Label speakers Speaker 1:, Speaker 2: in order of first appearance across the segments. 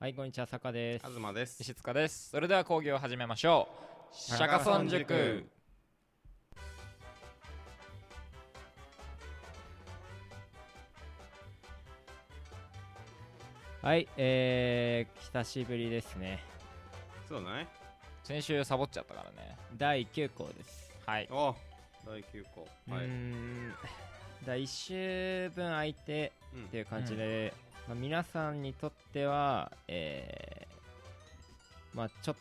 Speaker 1: はい、こんにちは、坂です。
Speaker 2: 東です
Speaker 3: 石塚ですそれでは講義を始めましょう釈迦村塾
Speaker 1: はい、えー、久しぶりですね。
Speaker 2: そうだね
Speaker 3: 先週サボっちゃったからね
Speaker 1: 第9項です。
Speaker 3: はい
Speaker 2: お第9項はいう
Speaker 1: ーん、第1週分空いて
Speaker 2: うん
Speaker 1: っていう感じで、まあ、皆さんにとっては、えー、まあちょっ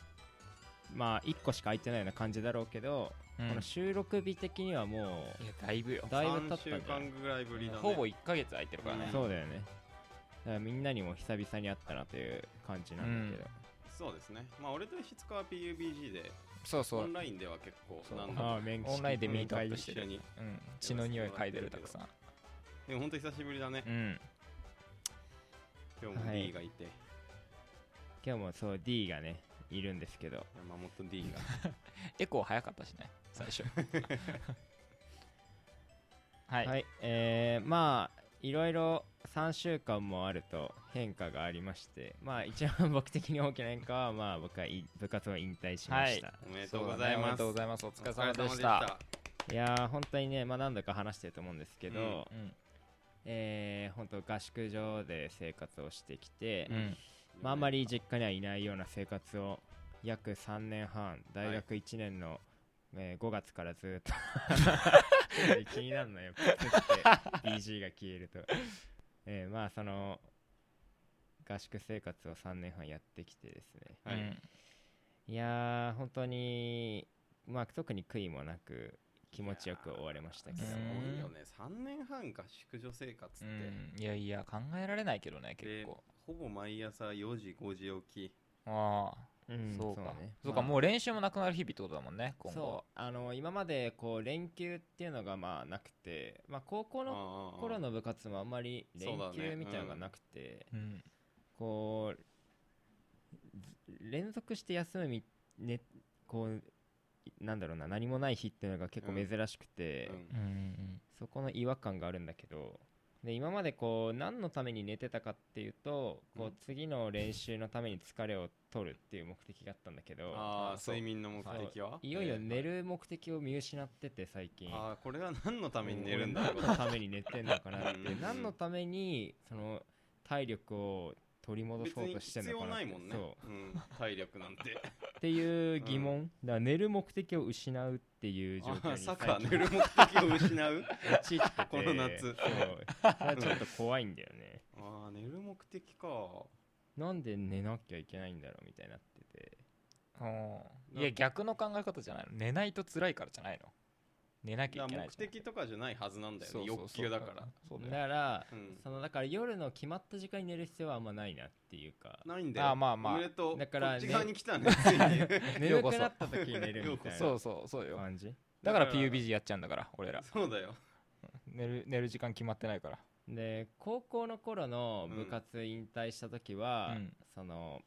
Speaker 1: まあ1個しか空いてないような感じだろうけど、
Speaker 3: うん
Speaker 1: この収録日的にはも
Speaker 3: いやだいぶよ
Speaker 1: うだいぶ経ったんじ
Speaker 2: 3
Speaker 1: ゃ
Speaker 2: 週
Speaker 1: ない
Speaker 2: 間ぐらいぶりだね
Speaker 3: ほぼ1ヶ月空いてるから
Speaker 2: 間
Speaker 3: ね
Speaker 1: そうだよねだからみんなにも久々に会ったなという感じなんだけど、
Speaker 2: そうですねまあ俺と石塚は PUBG で
Speaker 3: そうそ
Speaker 2: オ
Speaker 3: う
Speaker 2: ンラインでは結構
Speaker 3: そう
Speaker 2: なんだ
Speaker 1: ああ面識
Speaker 3: オンラインでミートアップ
Speaker 2: 一
Speaker 3: して
Speaker 2: 緒
Speaker 3: る
Speaker 2: に
Speaker 3: うん血の匂い嗅いでるたくさん
Speaker 2: でもほんと久しぶりだね
Speaker 3: うん
Speaker 2: 今日も
Speaker 1: はい
Speaker 2: D がいて
Speaker 1: 今日もそう D がねいるんですけど
Speaker 2: 山本 D が
Speaker 3: エコー早かったしね最初は
Speaker 1: はい、
Speaker 3: い
Speaker 1: えー、まあいろいろ3週間もあると変化がありましてまあ一番僕的に大きな変化はまあ僕はい部活を引退しました、
Speaker 2: おめでと
Speaker 3: そうう
Speaker 2: ご
Speaker 3: だ
Speaker 2: ざ
Speaker 3: ね
Speaker 2: い
Speaker 3: おめ
Speaker 2: ま
Speaker 3: ですとうございますお疲れ様でした
Speaker 1: い、やー本当にねまあ何度か話してると思うんですけど、
Speaker 2: うん
Speaker 3: うん
Speaker 1: えー、本当合宿所で生活をしてきて、
Speaker 3: うん
Speaker 1: まあ、あんまり実家にはいないような生活を約3年半大学1年の、えー5月からずっ と 気になるのよプツって BG が消えると、えーまあその合宿生活を3年半やってきてですね
Speaker 2: はい
Speaker 3: うん
Speaker 1: いやー本当にまあ特に悔いもなく気持ちよく終われましたけ
Speaker 2: す
Speaker 1: ど
Speaker 3: いや
Speaker 1: も
Speaker 3: ー
Speaker 2: ごいよね3年半合宿所生活
Speaker 3: う
Speaker 2: っ
Speaker 3: んいやいや考えられないけどね
Speaker 2: てで
Speaker 3: 結構
Speaker 2: ほぼ毎朝4時5時起き
Speaker 3: ああ
Speaker 1: うん
Speaker 3: そうか
Speaker 1: ね
Speaker 3: そうか
Speaker 1: まあ
Speaker 3: もう練習もなくなる日々ってことだもんね今後は
Speaker 1: そうあの今までこう連休っていうのがまあなくて、まあ、高校の
Speaker 2: コ
Speaker 1: 頃の部活もあんまり連
Speaker 2: そうだね
Speaker 1: 休みたいなのがなくて、
Speaker 3: うん
Speaker 1: こうず連続して休むみ、ね、こうなんだろうな何もない日っていうのが結構
Speaker 2: うん
Speaker 1: 珍しくて、
Speaker 3: うんうん
Speaker 1: そこの違和感があるんだけどで今までこう何のために寝てたかっていうとこ
Speaker 2: う
Speaker 1: うん次の練習のために疲れを取るっていう目的があったんだけど、
Speaker 2: ああ
Speaker 3: そう
Speaker 2: 睡眠の目的はい
Speaker 1: よいよ寝る目的を見失ってて最近。
Speaker 2: ああこれは何のために寝るんだろう
Speaker 1: 俺何のために寝てんのかなっ
Speaker 2: う
Speaker 1: て
Speaker 2: ん
Speaker 1: 何のためにその体力を取り戻
Speaker 2: 別
Speaker 1: そう
Speaker 2: に
Speaker 1: としてん
Speaker 2: 必
Speaker 1: のか
Speaker 2: 要
Speaker 1: なっ
Speaker 2: な
Speaker 1: て
Speaker 2: いもんね、
Speaker 1: そう
Speaker 2: ん、体力なんて
Speaker 1: うっていう疑問、だから寝る目的を失うっていう状況
Speaker 2: あ
Speaker 1: に最
Speaker 2: サッカー
Speaker 1: 近
Speaker 2: 寝る目的を失う
Speaker 1: 陥ってて
Speaker 2: この夏
Speaker 1: そうそれはちょっと怖いんだよね
Speaker 2: ああ寝る目的か
Speaker 1: なんで寝なきゃいけないんだろうみたいになってて
Speaker 3: うんいや逆の考え方じゃないの寝ないと辛いからじゃないの寝なき
Speaker 2: だ
Speaker 3: ゃい
Speaker 2: か
Speaker 3: け
Speaker 2: ら
Speaker 3: ない
Speaker 2: 目的とかじゃないはずなんだよ
Speaker 3: そ
Speaker 2: ね
Speaker 3: うそうそう
Speaker 2: 欲求だから
Speaker 3: そう
Speaker 1: だ
Speaker 3: だよ
Speaker 1: から、
Speaker 2: うん
Speaker 1: そのだから夜の決まった時間に寝る必要はあんまないなっていうか
Speaker 2: ないんだよ
Speaker 3: あーまあまあ
Speaker 2: おめでとう
Speaker 1: だから
Speaker 2: こっち側に来たね
Speaker 1: 眠くなった時に寝るみたい
Speaker 3: そう
Speaker 1: な
Speaker 3: そうそうよ
Speaker 1: 感じ
Speaker 3: だから
Speaker 2: だから
Speaker 3: PUBG やっちゃうんだから俺ら
Speaker 2: そうだよ
Speaker 3: 寝る寝る時間決まってないから
Speaker 1: で高校の頃の部活引退した時は、
Speaker 3: うん
Speaker 1: その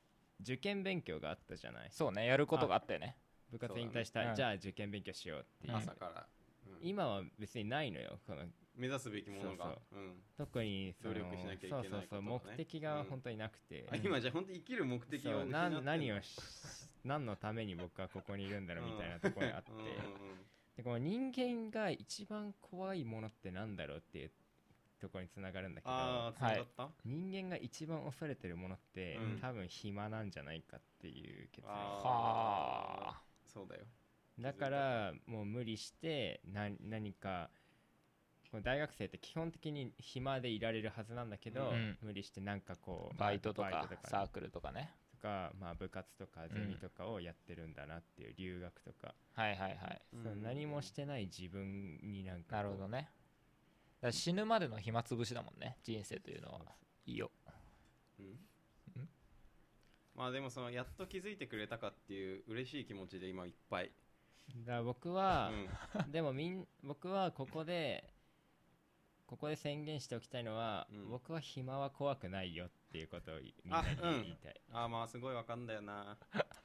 Speaker 1: 受験勉強があったじゃない
Speaker 3: そうねやることがあったよね
Speaker 1: 部活引退した
Speaker 3: そうだ
Speaker 1: ら、
Speaker 3: ねうん
Speaker 1: じゃあ受験勉強しようっていう、
Speaker 3: うん
Speaker 2: 朝から、うん
Speaker 1: 今は別にないのよこの
Speaker 2: 目指すべきものが
Speaker 1: そう
Speaker 2: うん
Speaker 1: 特にその
Speaker 2: 努力しなきゃいけないこ
Speaker 1: そ
Speaker 2: とが
Speaker 1: う
Speaker 2: ね
Speaker 1: そうそう目的が本当になくて、
Speaker 2: あ今じゃあ本当に生きる目的
Speaker 1: そ
Speaker 2: を
Speaker 1: う
Speaker 2: 失
Speaker 1: な
Speaker 2: ってんの
Speaker 1: 何をし何のために僕はここにいるんだろうみたいなところがあって、
Speaker 2: うんうんうん
Speaker 1: でこの人間が一番怖いものってなんだろうっていうところにつながるんだけど
Speaker 2: ああつ
Speaker 3: はい
Speaker 2: がった、
Speaker 1: 人間が一番恐れてるものって、
Speaker 2: うん
Speaker 1: 多分暇なんじゃないかっていう結論
Speaker 2: あー
Speaker 3: はあ
Speaker 2: そうだよ
Speaker 1: だからもう無理してな何かこの大学生って基本的に暇でいられるはずなんだけど、
Speaker 3: うん
Speaker 1: 無理してなんかこう
Speaker 3: バイトと
Speaker 1: バ
Speaker 3: か
Speaker 1: イトと
Speaker 3: サ
Speaker 1: か,、
Speaker 3: ークルとかね
Speaker 1: とかまあ、部活とかゼミとかをやってるんだなっていう留学とか、
Speaker 3: はいはいはい
Speaker 2: うん
Speaker 1: その何もしてない自分になんか
Speaker 3: なるほどねだから死ぬまでの暇つぶしだもんね人生というのはいいよ
Speaker 2: うんまあでもそのやっと気づいてくれたかっていう嬉しい気持ちで今いっぱい、
Speaker 1: だから僕
Speaker 2: う
Speaker 1: は、
Speaker 2: ん、
Speaker 1: でもみん僕はここでここで宣言しておきたいのは、
Speaker 2: うん
Speaker 1: 僕は暇は怖くないよっていうことをみんなに
Speaker 2: あうん
Speaker 1: 言いたい、
Speaker 2: ああまあすごいわかんだよな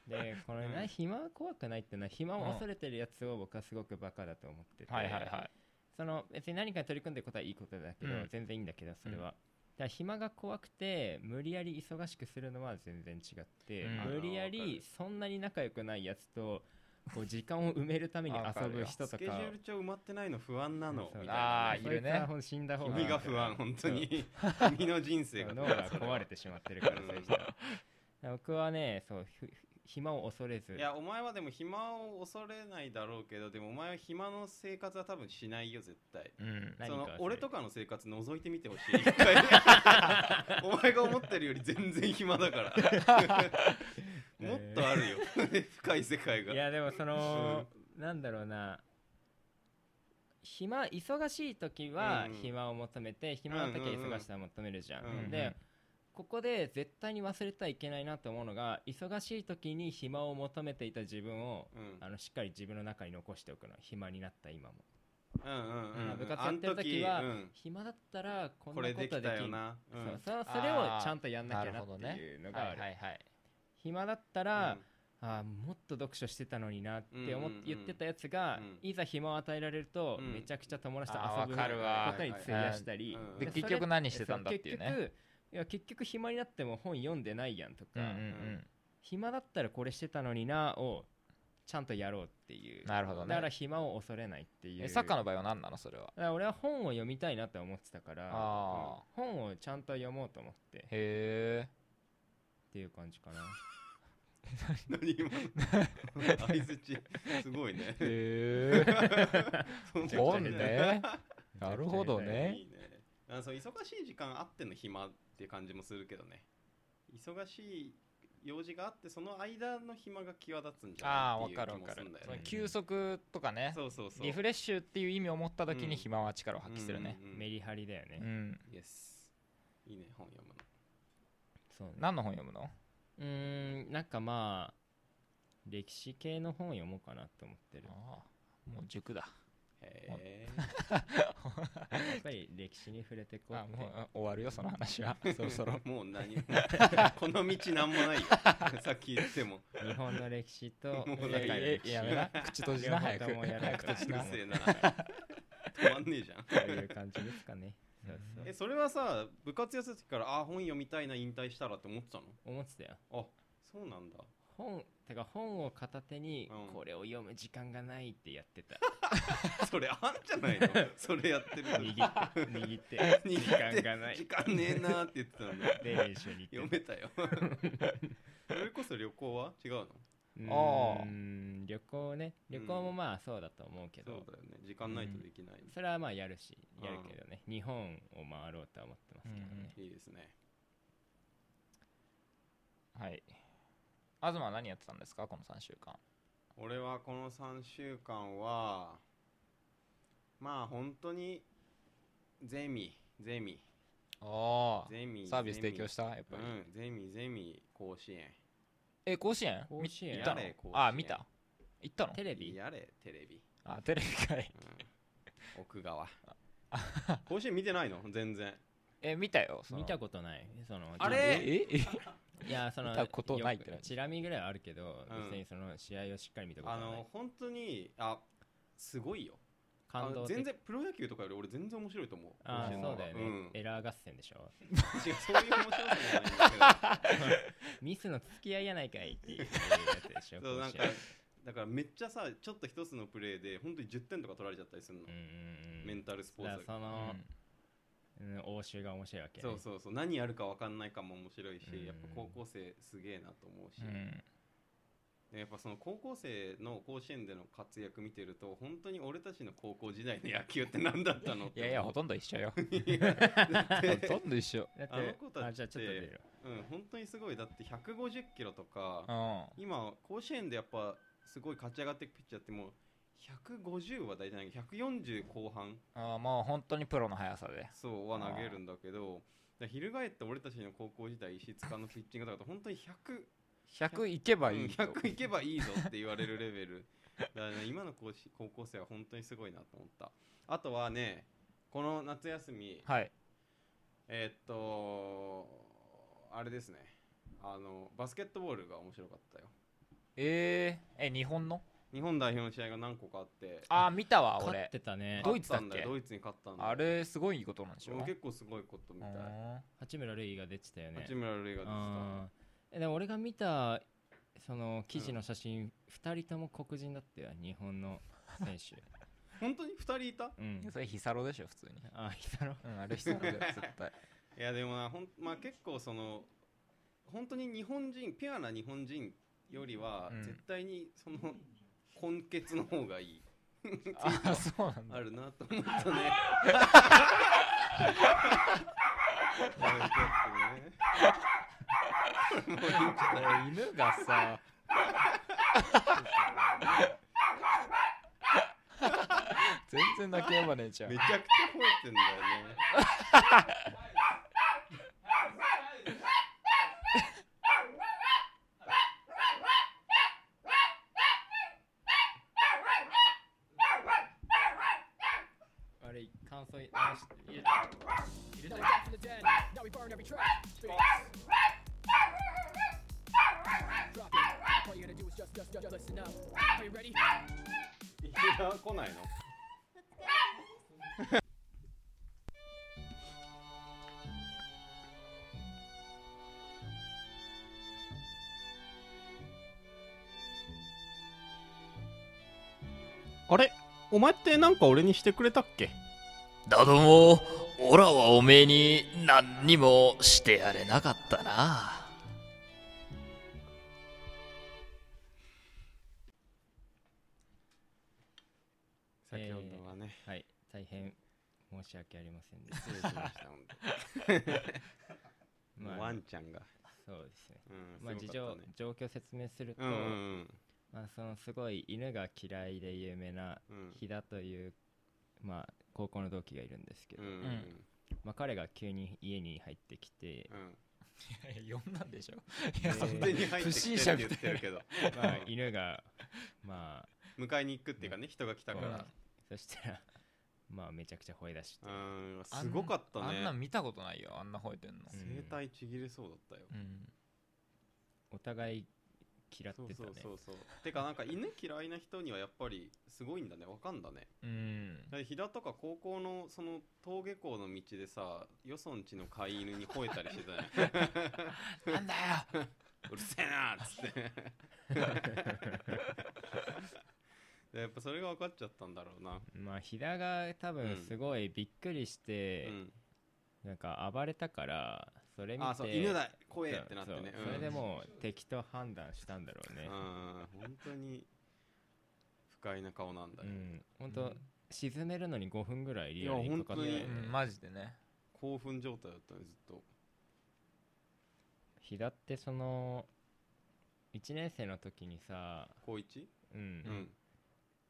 Speaker 1: でこのね、
Speaker 2: うん
Speaker 1: 暇は怖くないっていうのは暇を恐れてるやつを僕はすごくバカだと思ってて、
Speaker 3: はいはいはい
Speaker 1: その別に何かに取り組んでることはいいことだけど、
Speaker 3: うん
Speaker 1: 全然いいんだけどそれは、ら暇が怖くて無理やり忙しくするのは全然違って、
Speaker 3: うん
Speaker 1: 無理や
Speaker 2: あーわか
Speaker 1: り
Speaker 2: る
Speaker 1: そんなに仲良くないやつとこう時間を埋めるために
Speaker 3: わか
Speaker 1: 遊
Speaker 3: るよ
Speaker 1: ぶ人と
Speaker 2: ス
Speaker 1: か
Speaker 2: ケジュール帳埋まってないの不安なの
Speaker 1: そう
Speaker 2: みたい
Speaker 3: あ
Speaker 2: な
Speaker 3: ーいるね
Speaker 1: そつはほんと死んだ方が
Speaker 2: 君が不安本当に君の人生が
Speaker 1: 脳が壊れてしまってるから
Speaker 2: うん
Speaker 1: そういう人は僕はねそうひ暇を恐れず
Speaker 2: いやお前はでも暇を恐れないだろうけどでもお前は暇の生活は多分しないよ絶対
Speaker 3: うん
Speaker 1: 何
Speaker 2: そ
Speaker 1: か
Speaker 2: の
Speaker 1: はする
Speaker 2: 俺とかの生活覗いて みてほしい一回お前が思ってるより全然暇だから もっとあるよ深い世界が
Speaker 1: いやでもそのなんだろうな暇忙しい時は
Speaker 2: うんうん
Speaker 1: 暇を求めて暇な時は
Speaker 2: うんうんうん
Speaker 1: 忙しさを求めるじゃん、
Speaker 2: うんうん
Speaker 1: でここで絶対に忘れてはいけないなと思うのが忙しい時に暇を求めていた自分を
Speaker 2: うん
Speaker 1: あのしっかり自分の中に残しておくの暇になった今も
Speaker 2: うんうんうんうん
Speaker 1: 部活やってる時は
Speaker 2: あの時
Speaker 1: 暇だったらこ
Speaker 2: うんん
Speaker 1: な
Speaker 2: こ
Speaker 1: こと
Speaker 2: れ
Speaker 1: で
Speaker 2: で
Speaker 1: きん
Speaker 2: きたよなう
Speaker 1: そ
Speaker 2: ん
Speaker 1: うそそれをちゃんとやんなきゃなっていうのがあ
Speaker 3: はい
Speaker 1: る
Speaker 3: はいはい
Speaker 1: 暇だったら、あーもっと読書してたのになって思っ
Speaker 2: うんうんうん
Speaker 1: 言ってたやつが、
Speaker 2: うん
Speaker 1: いざ暇を与えられると、
Speaker 2: うん
Speaker 1: めちゃくちゃ友達と遊
Speaker 3: あー
Speaker 1: ぶ
Speaker 3: わかる
Speaker 2: わ
Speaker 1: ことに費やしたり
Speaker 2: うん、
Speaker 3: で
Speaker 2: うん
Speaker 1: それ
Speaker 3: 結局何してたんだっていう
Speaker 1: そ
Speaker 3: ね
Speaker 1: 結局いや結局暇になっても本読んでないやんとか、
Speaker 3: うんうん
Speaker 1: 暇だったらこれしてたのになをちゃんとやろうっていう
Speaker 3: うんなるほど
Speaker 1: だから
Speaker 3: ね
Speaker 1: 暇を恐れないっていう
Speaker 3: えサッカー
Speaker 1: だ
Speaker 3: の場合は何なのそれは
Speaker 1: から俺は本を読みたいなって思ってたから
Speaker 3: ああ
Speaker 1: 本をちゃんと読もうと思ってっ
Speaker 3: へえ
Speaker 1: ていう感じかな
Speaker 2: 何今 の相づちすごいね
Speaker 3: へえ
Speaker 2: そんな
Speaker 3: 本
Speaker 2: 感じ
Speaker 3: ねなるほどね
Speaker 2: いいねあそう忙しい時間あっての暇って感じもするけどね忙しい用事があってその間の暇が際立つんじ
Speaker 3: あ
Speaker 2: ゃ
Speaker 3: あ
Speaker 2: ない
Speaker 3: わ
Speaker 2: ってい
Speaker 3: か
Speaker 2: う気
Speaker 3: るわ
Speaker 2: も
Speaker 3: か
Speaker 2: する
Speaker 3: る
Speaker 2: んだよ
Speaker 3: その
Speaker 2: ね
Speaker 3: 休息とかね
Speaker 2: そうそうそう
Speaker 3: リフレッシュっていう意味を持った時
Speaker 2: う
Speaker 3: に
Speaker 2: ん
Speaker 3: 暇は力を発揮するね
Speaker 2: うんうんうん
Speaker 1: メリハリだよね、
Speaker 3: うん
Speaker 2: イエスいいね本読むの
Speaker 1: そうね
Speaker 3: 何の本読むの
Speaker 1: うーんなんかまあ歴史系の本読もうかなと思ってる
Speaker 3: ああもう塾だ
Speaker 2: へえ
Speaker 1: やっぱり歴史に触れてこう
Speaker 3: あ
Speaker 1: って
Speaker 3: もう終わるよその話 は そろそろ
Speaker 2: もう何も この道なんも ないよさっき言っても
Speaker 1: 日本の歴史と
Speaker 2: もう
Speaker 1: 世
Speaker 2: なんか
Speaker 1: 界の
Speaker 3: え
Speaker 1: 歴
Speaker 3: えやめな口 閉じな早く
Speaker 1: 両方ともやらな
Speaker 3: 早
Speaker 1: く
Speaker 3: く
Speaker 1: て
Speaker 3: 閉
Speaker 2: う
Speaker 3: じ
Speaker 2: る
Speaker 3: な
Speaker 2: せえな止まんねえじゃん
Speaker 1: 史という感じですかねそうそう
Speaker 2: えそれはさ部活やってた時からああ本読みたいな引退したらって思ってたの
Speaker 1: 思ってたよ
Speaker 2: あそうなんだ
Speaker 1: 本てか本を片手に
Speaker 2: うん
Speaker 1: これを読む時間がないってやってた
Speaker 2: それあんじゃないのそれやってる
Speaker 1: 握
Speaker 2: 時
Speaker 1: って握 って
Speaker 2: 握
Speaker 1: 時
Speaker 2: って
Speaker 1: 間がない
Speaker 2: 時間ねえなーって言ってたんだ
Speaker 1: で練習に行
Speaker 2: 読
Speaker 1: って
Speaker 2: めた よそれこそ旅行は違うの
Speaker 1: た
Speaker 3: ああ
Speaker 1: うーん旅行ね旅行もまあそうだと思うけ
Speaker 2: そう
Speaker 1: ど
Speaker 2: だよね時間ないとできない、
Speaker 1: それはまあやるしやるけどね日本を回ろうとは思ってますけど
Speaker 3: うんうん
Speaker 1: ね
Speaker 2: いいですね
Speaker 3: はい東は何やってたんですかこの3週間
Speaker 2: 俺はこの3週間はまあ本当にゼミゼミ
Speaker 3: あ
Speaker 2: ゼミ
Speaker 3: サービス
Speaker 2: ゼミ
Speaker 3: 提供したやっ
Speaker 2: う
Speaker 3: ぱり
Speaker 2: んゼミゼミ甲子園
Speaker 3: え甲子園
Speaker 1: 甲
Speaker 3: み
Speaker 1: 子園
Speaker 3: 行ったの
Speaker 2: やれ甲子園
Speaker 3: あ見た行ったの
Speaker 1: テレビ
Speaker 2: やれテレビ、
Speaker 3: あテレビかい
Speaker 2: うん、奥川甲子園見てないの全然
Speaker 3: え見たよその
Speaker 1: 見たことないその
Speaker 2: あれ
Speaker 3: えええ
Speaker 1: いやその
Speaker 3: 見たことな
Speaker 1: よ
Speaker 3: い
Speaker 1: く
Speaker 3: ってな
Speaker 1: チラ見ぐらいはあるけど、
Speaker 2: うん
Speaker 1: 別にその試合をしっかり見たこと
Speaker 2: あ
Speaker 1: はない
Speaker 2: の本当にあすごいよあの
Speaker 1: 感動的
Speaker 2: 全然プロ野球とかより俺全然面白いと思う
Speaker 1: あー
Speaker 2: 甲子園
Speaker 1: そ
Speaker 2: の方
Speaker 1: う
Speaker 2: が
Speaker 1: だよね、
Speaker 2: ん、違う
Speaker 1: エラー合戦でし ょ
Speaker 2: そういう面白さじゃないんだ
Speaker 1: ミスの付き合いやないかいっていうやつでし
Speaker 2: け
Speaker 1: ょ
Speaker 2: どそうなんか
Speaker 1: 甲子園
Speaker 2: だからめっちゃさちょっと一つのプレーで本当に10点とか取られちゃったりするの、
Speaker 1: うんうんうん
Speaker 2: メンタルスポー
Speaker 1: だ
Speaker 2: ツ
Speaker 1: からそ
Speaker 3: うん
Speaker 1: の、うん応酬が面白いわけ、ね、
Speaker 2: そうそうそう何やるか分かんないかも面白いし、
Speaker 1: うん
Speaker 2: やっぱ高校生すげえなと思うし、
Speaker 3: うん
Speaker 2: でやっぱその高校生の甲子園での活躍見てると本当に俺たちの高校時代の野球って何だったのって
Speaker 3: いやいや
Speaker 2: 思
Speaker 3: ほ
Speaker 2: う
Speaker 3: とんど一緒よ
Speaker 2: いやだっ
Speaker 3: ほ
Speaker 2: て
Speaker 3: とんど一緒
Speaker 1: だって
Speaker 2: あの子たちって
Speaker 1: あじゃあちょっと出る
Speaker 2: うん本当にすごいだって150キロとか、
Speaker 3: うん
Speaker 2: 今甲子園でやっぱすごい勝ち上がっていくピッチャーってもう150は大体ないけど140後半
Speaker 3: ああもう本当にプロの速さで
Speaker 2: そうは投げるんだけどだ翻って俺たちの高校時代石塚のピッチングとかと本当に100
Speaker 3: 100いけば
Speaker 2: うん
Speaker 3: いいと
Speaker 2: 100いけばいいぞって言われるレベル だから、ね、今の高し高校生は本当にすごいなと思ったあとはねこの夏休み
Speaker 3: はい
Speaker 2: えーっとあれですねあのバスケットボールが面白かったよ
Speaker 3: えー、え日本の
Speaker 2: う日本代表の試合が何個かあって
Speaker 3: あー見たわ
Speaker 1: 勝っ
Speaker 3: 俺
Speaker 1: てたね
Speaker 3: どドイツだっけ
Speaker 2: 勝たんよドイツに勝ったんだよ
Speaker 3: あれすごいいいことなんでし
Speaker 2: で
Speaker 3: ょ
Speaker 2: も結構すごいことみたい
Speaker 3: うん
Speaker 1: 八村塁が出てたよね
Speaker 2: 八村塁が出て
Speaker 1: うんえでも俺が見たその記事の写真、二人とも黒人だったよ日本の選 手
Speaker 2: た本当に2人いた
Speaker 1: う
Speaker 3: いや
Speaker 1: ん
Speaker 3: それヒサロでしょ普通に
Speaker 1: あいたろ
Speaker 3: うんあれヒサロだよ絶対
Speaker 2: いやでもなほん、まあ、結構その本当に日本人ピュアな日本人よりは
Speaker 3: うん
Speaker 2: 絶対にその根血の方がいい、
Speaker 3: ああそうなんだ
Speaker 2: あるなと思っ たね。 もういいんじゃない
Speaker 3: おい犬がさ全然泣きやまねえじゃん
Speaker 2: めちゃくちゃ吠えてんだよね。
Speaker 1: 悪い感想い直して入れて入れて
Speaker 4: Now we burn every track. Drop it. All you gotta do is just, just, just listen up. Are you ready?
Speaker 2: いや来ないのあれお前ってなんか俺にしてくれたっけ
Speaker 5: だども、オラはおめえに何にもしてやれなかったな。
Speaker 2: 先ほどはね、
Speaker 1: はい大変申し訳ありませんでし
Speaker 2: 失礼しました本
Speaker 1: た
Speaker 2: 当 に
Speaker 1: まあ
Speaker 2: ワンちゃんが、
Speaker 1: そうですね
Speaker 2: うん
Speaker 1: まあ
Speaker 2: す
Speaker 1: 事情
Speaker 2: ごかったね
Speaker 1: 状況説明すると、
Speaker 2: うんうん
Speaker 1: まあ、そのすごい犬が嫌いで有名な
Speaker 2: うん
Speaker 1: 飛田という、まあ、高校の同期がいるんですけ
Speaker 2: う
Speaker 1: ど、
Speaker 2: んうん
Speaker 1: まあ、彼が急に家に入ってきて、
Speaker 3: いや呼んだんでしょいや
Speaker 1: え
Speaker 3: そ
Speaker 1: ー
Speaker 2: うんん
Speaker 3: な
Speaker 2: 完全に入ってきてるって言ってるけ ど
Speaker 1: まあ、犬がまあ
Speaker 2: 迎えに行くっていうかね人が来たから
Speaker 1: そしたらまあめちゃくちゃ吠え出して、
Speaker 2: うん
Speaker 3: あん
Speaker 2: すごかった
Speaker 3: あんなん
Speaker 2: ね
Speaker 3: 見たことないよあんな吠えてんの
Speaker 1: うん
Speaker 2: 声帯ちぎれそうだったよ
Speaker 3: うん
Speaker 1: お互い嫌ってた
Speaker 2: そう
Speaker 1: ね
Speaker 2: そうそうそうてかなんか犬嫌いな人にはやっぱりすごいんだねわかんだね
Speaker 3: うん
Speaker 2: だって飛騨とか高校のその登下校の道でさよそんちの飼い犬に吠えたりして たね
Speaker 3: なんだよ
Speaker 2: うるせえなっつってでやっぱそれが分かっちゃったんだろうな
Speaker 1: まあ飛田が多分すごいびっくりして
Speaker 2: う、ん
Speaker 1: なんか暴れたからそれ見て
Speaker 2: あそう犬だ
Speaker 1: そう
Speaker 2: 声ってなってね
Speaker 1: そうそれでもう敵と判断したんだろう
Speaker 2: うん
Speaker 1: ね
Speaker 2: うん本当に不快な顔なんだ
Speaker 1: う
Speaker 2: よ、
Speaker 1: ん本当、沈めるのに5分ぐらいリアル
Speaker 2: いや
Speaker 1: にかかってたよね
Speaker 2: 本当
Speaker 3: うんマジでね
Speaker 2: 興奮状態だったねずっと
Speaker 1: 飛田ってその1年生の時にさ、
Speaker 2: 高一
Speaker 1: うん
Speaker 2: うん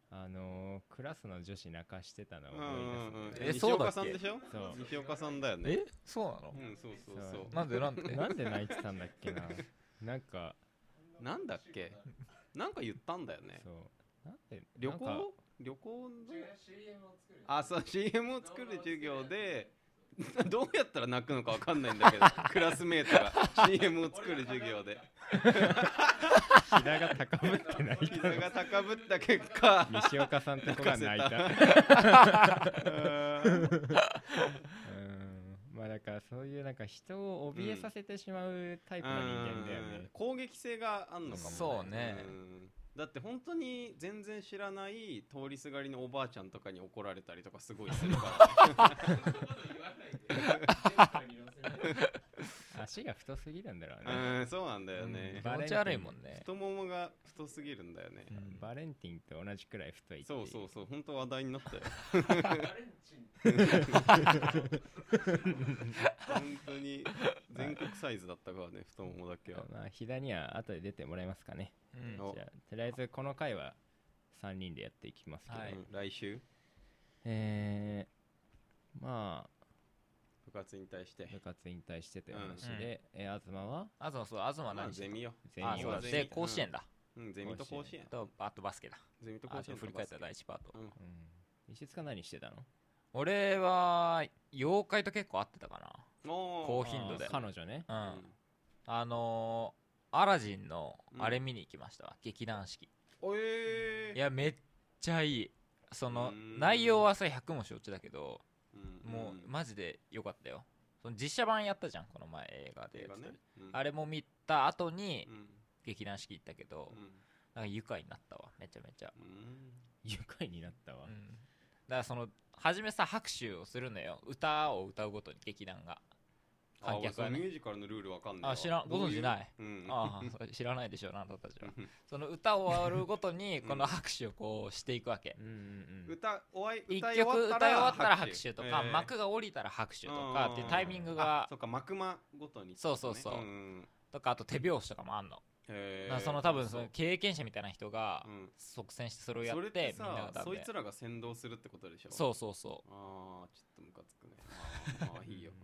Speaker 1: あのークラスの女子泣かしてたのを
Speaker 2: う
Speaker 1: 思
Speaker 2: ん
Speaker 1: い
Speaker 2: うんうん
Speaker 1: 出すんだよね
Speaker 2: 西
Speaker 3: えそうだ
Speaker 2: 岡
Speaker 3: っけ
Speaker 2: さんでしょ
Speaker 1: そう
Speaker 2: 西岡さんだよね
Speaker 3: えそうなの
Speaker 2: うんそうそうそ
Speaker 1: そう
Speaker 3: なんでなんで
Speaker 1: なんで泣いてたんだっ けななんか
Speaker 2: なんだっ けなんか言ったんだよね
Speaker 1: そうなんで
Speaker 2: 旅
Speaker 1: なんか
Speaker 2: 行旅行のあそう CM を作る授業で どうやったら泣くのかわかんないんだけど クラスメートが CM を作る授業で
Speaker 1: 飛田が高ぶって泣い た
Speaker 2: 膝が高ぶった結 果
Speaker 1: 西岡さんとこが泣いたう
Speaker 2: 泣か
Speaker 1: ーんまあだからそういうなんか人を怯えさせてしまうタイプの人間だよ
Speaker 2: う
Speaker 1: ね
Speaker 2: ん、攻撃性があんのかも、
Speaker 3: そうね
Speaker 2: んだって本当に全然知らない通りすがりのおばあちゃんとかに怒られたりとかすごいするから
Speaker 1: 足が太すぎるんだろう
Speaker 2: う
Speaker 1: ね、
Speaker 2: んそうなんだよね、
Speaker 3: 気持ち悪いもんね
Speaker 2: 太ももが太すぎるんだよね、
Speaker 3: うん
Speaker 1: バレンティンと同じくらい太いってい
Speaker 2: そうそうそう本当話題にな ったよ本当に全国サイズだったからね太ももだけは
Speaker 1: まあ飛田には後で出てもらえますかね
Speaker 3: うん
Speaker 2: お
Speaker 1: じゃあとりあえずこの回は3人でやっていきますけど、
Speaker 3: はい
Speaker 2: うん来週
Speaker 1: えー、まあ
Speaker 2: 部活に対して
Speaker 1: 部活引退してという話で、えー東は
Speaker 3: あそうそう東
Speaker 2: まあ
Speaker 3: 何し
Speaker 2: ゼ
Speaker 3: て
Speaker 2: ミよ
Speaker 1: 全
Speaker 3: あ
Speaker 1: 員
Speaker 3: そうだ
Speaker 1: は
Speaker 2: ゼミ
Speaker 3: で甲子園だ
Speaker 2: うんゼミと甲子園
Speaker 3: とあとバスケだ
Speaker 2: ゼミと
Speaker 3: あ
Speaker 2: 甲
Speaker 3: ち
Speaker 2: 子
Speaker 3: ょ
Speaker 2: 園
Speaker 3: っと振り返った第1パート
Speaker 2: うん
Speaker 1: うん、石塚何してたの
Speaker 3: 俺は妖怪と結構合ってたか
Speaker 2: お
Speaker 3: 高頻度で
Speaker 1: あー彼女ね
Speaker 2: ー
Speaker 3: なうんあのーアラジンの
Speaker 2: うん
Speaker 3: あれ見に行きましたわ劇団四季
Speaker 2: おえー、
Speaker 3: いやめっちゃいいそうの
Speaker 2: ん
Speaker 3: 内容はさ100も承知だけど
Speaker 2: うん、
Speaker 3: も
Speaker 2: ん
Speaker 3: うマジでよかったよその実写版やったじゃんこの前映画で
Speaker 2: 映画ね、うん
Speaker 3: あれも見た後に
Speaker 2: うん
Speaker 3: 劇団四季行ったけど
Speaker 2: うん
Speaker 3: なんか愉快になったわめちゃめちゃ、
Speaker 2: うん
Speaker 1: 愉快になったわ
Speaker 3: う。ん、だからその初めさ拍手をするのよ歌を歌うごとに劇団が
Speaker 2: あ
Speaker 3: 観
Speaker 2: 俺
Speaker 3: 客
Speaker 2: その
Speaker 3: は
Speaker 2: ミ
Speaker 3: ね
Speaker 2: ュージカルのルールわかんないわ
Speaker 3: あ知らんご存知ない
Speaker 2: どういううん
Speaker 3: ああそう知らないでしょあなたたちは
Speaker 2: うん
Speaker 3: その歌を終わるごとに
Speaker 2: うん
Speaker 3: この拍手をこうしていくわけ
Speaker 1: うんうんうん。
Speaker 2: 歌おわい
Speaker 3: 一
Speaker 2: 歌
Speaker 3: 曲
Speaker 2: い終
Speaker 3: 歌
Speaker 2: わっ
Speaker 3: い終
Speaker 2: たら
Speaker 3: わったら拍手とか、
Speaker 2: えー
Speaker 3: 幕が降りたら拍手と
Speaker 2: うんうん
Speaker 3: かっていうタイミングが
Speaker 2: あそうか幕間ごとにってことね
Speaker 3: そうそうそうん
Speaker 2: ん
Speaker 3: とかあと手拍子とかもあんの、
Speaker 2: へー
Speaker 3: だからその多分そ
Speaker 2: そう
Speaker 3: の経験者みたいな人が
Speaker 2: うん
Speaker 3: 即戦してそれをや
Speaker 2: そ
Speaker 3: っ
Speaker 2: れってて
Speaker 3: みんなが
Speaker 2: さ
Speaker 3: ダ
Speaker 2: そ
Speaker 3: メ
Speaker 2: いつらが先導するってことでしょ
Speaker 3: そうそうそ
Speaker 2: ああちょっとムカつくねまあまあいいよ
Speaker 3: う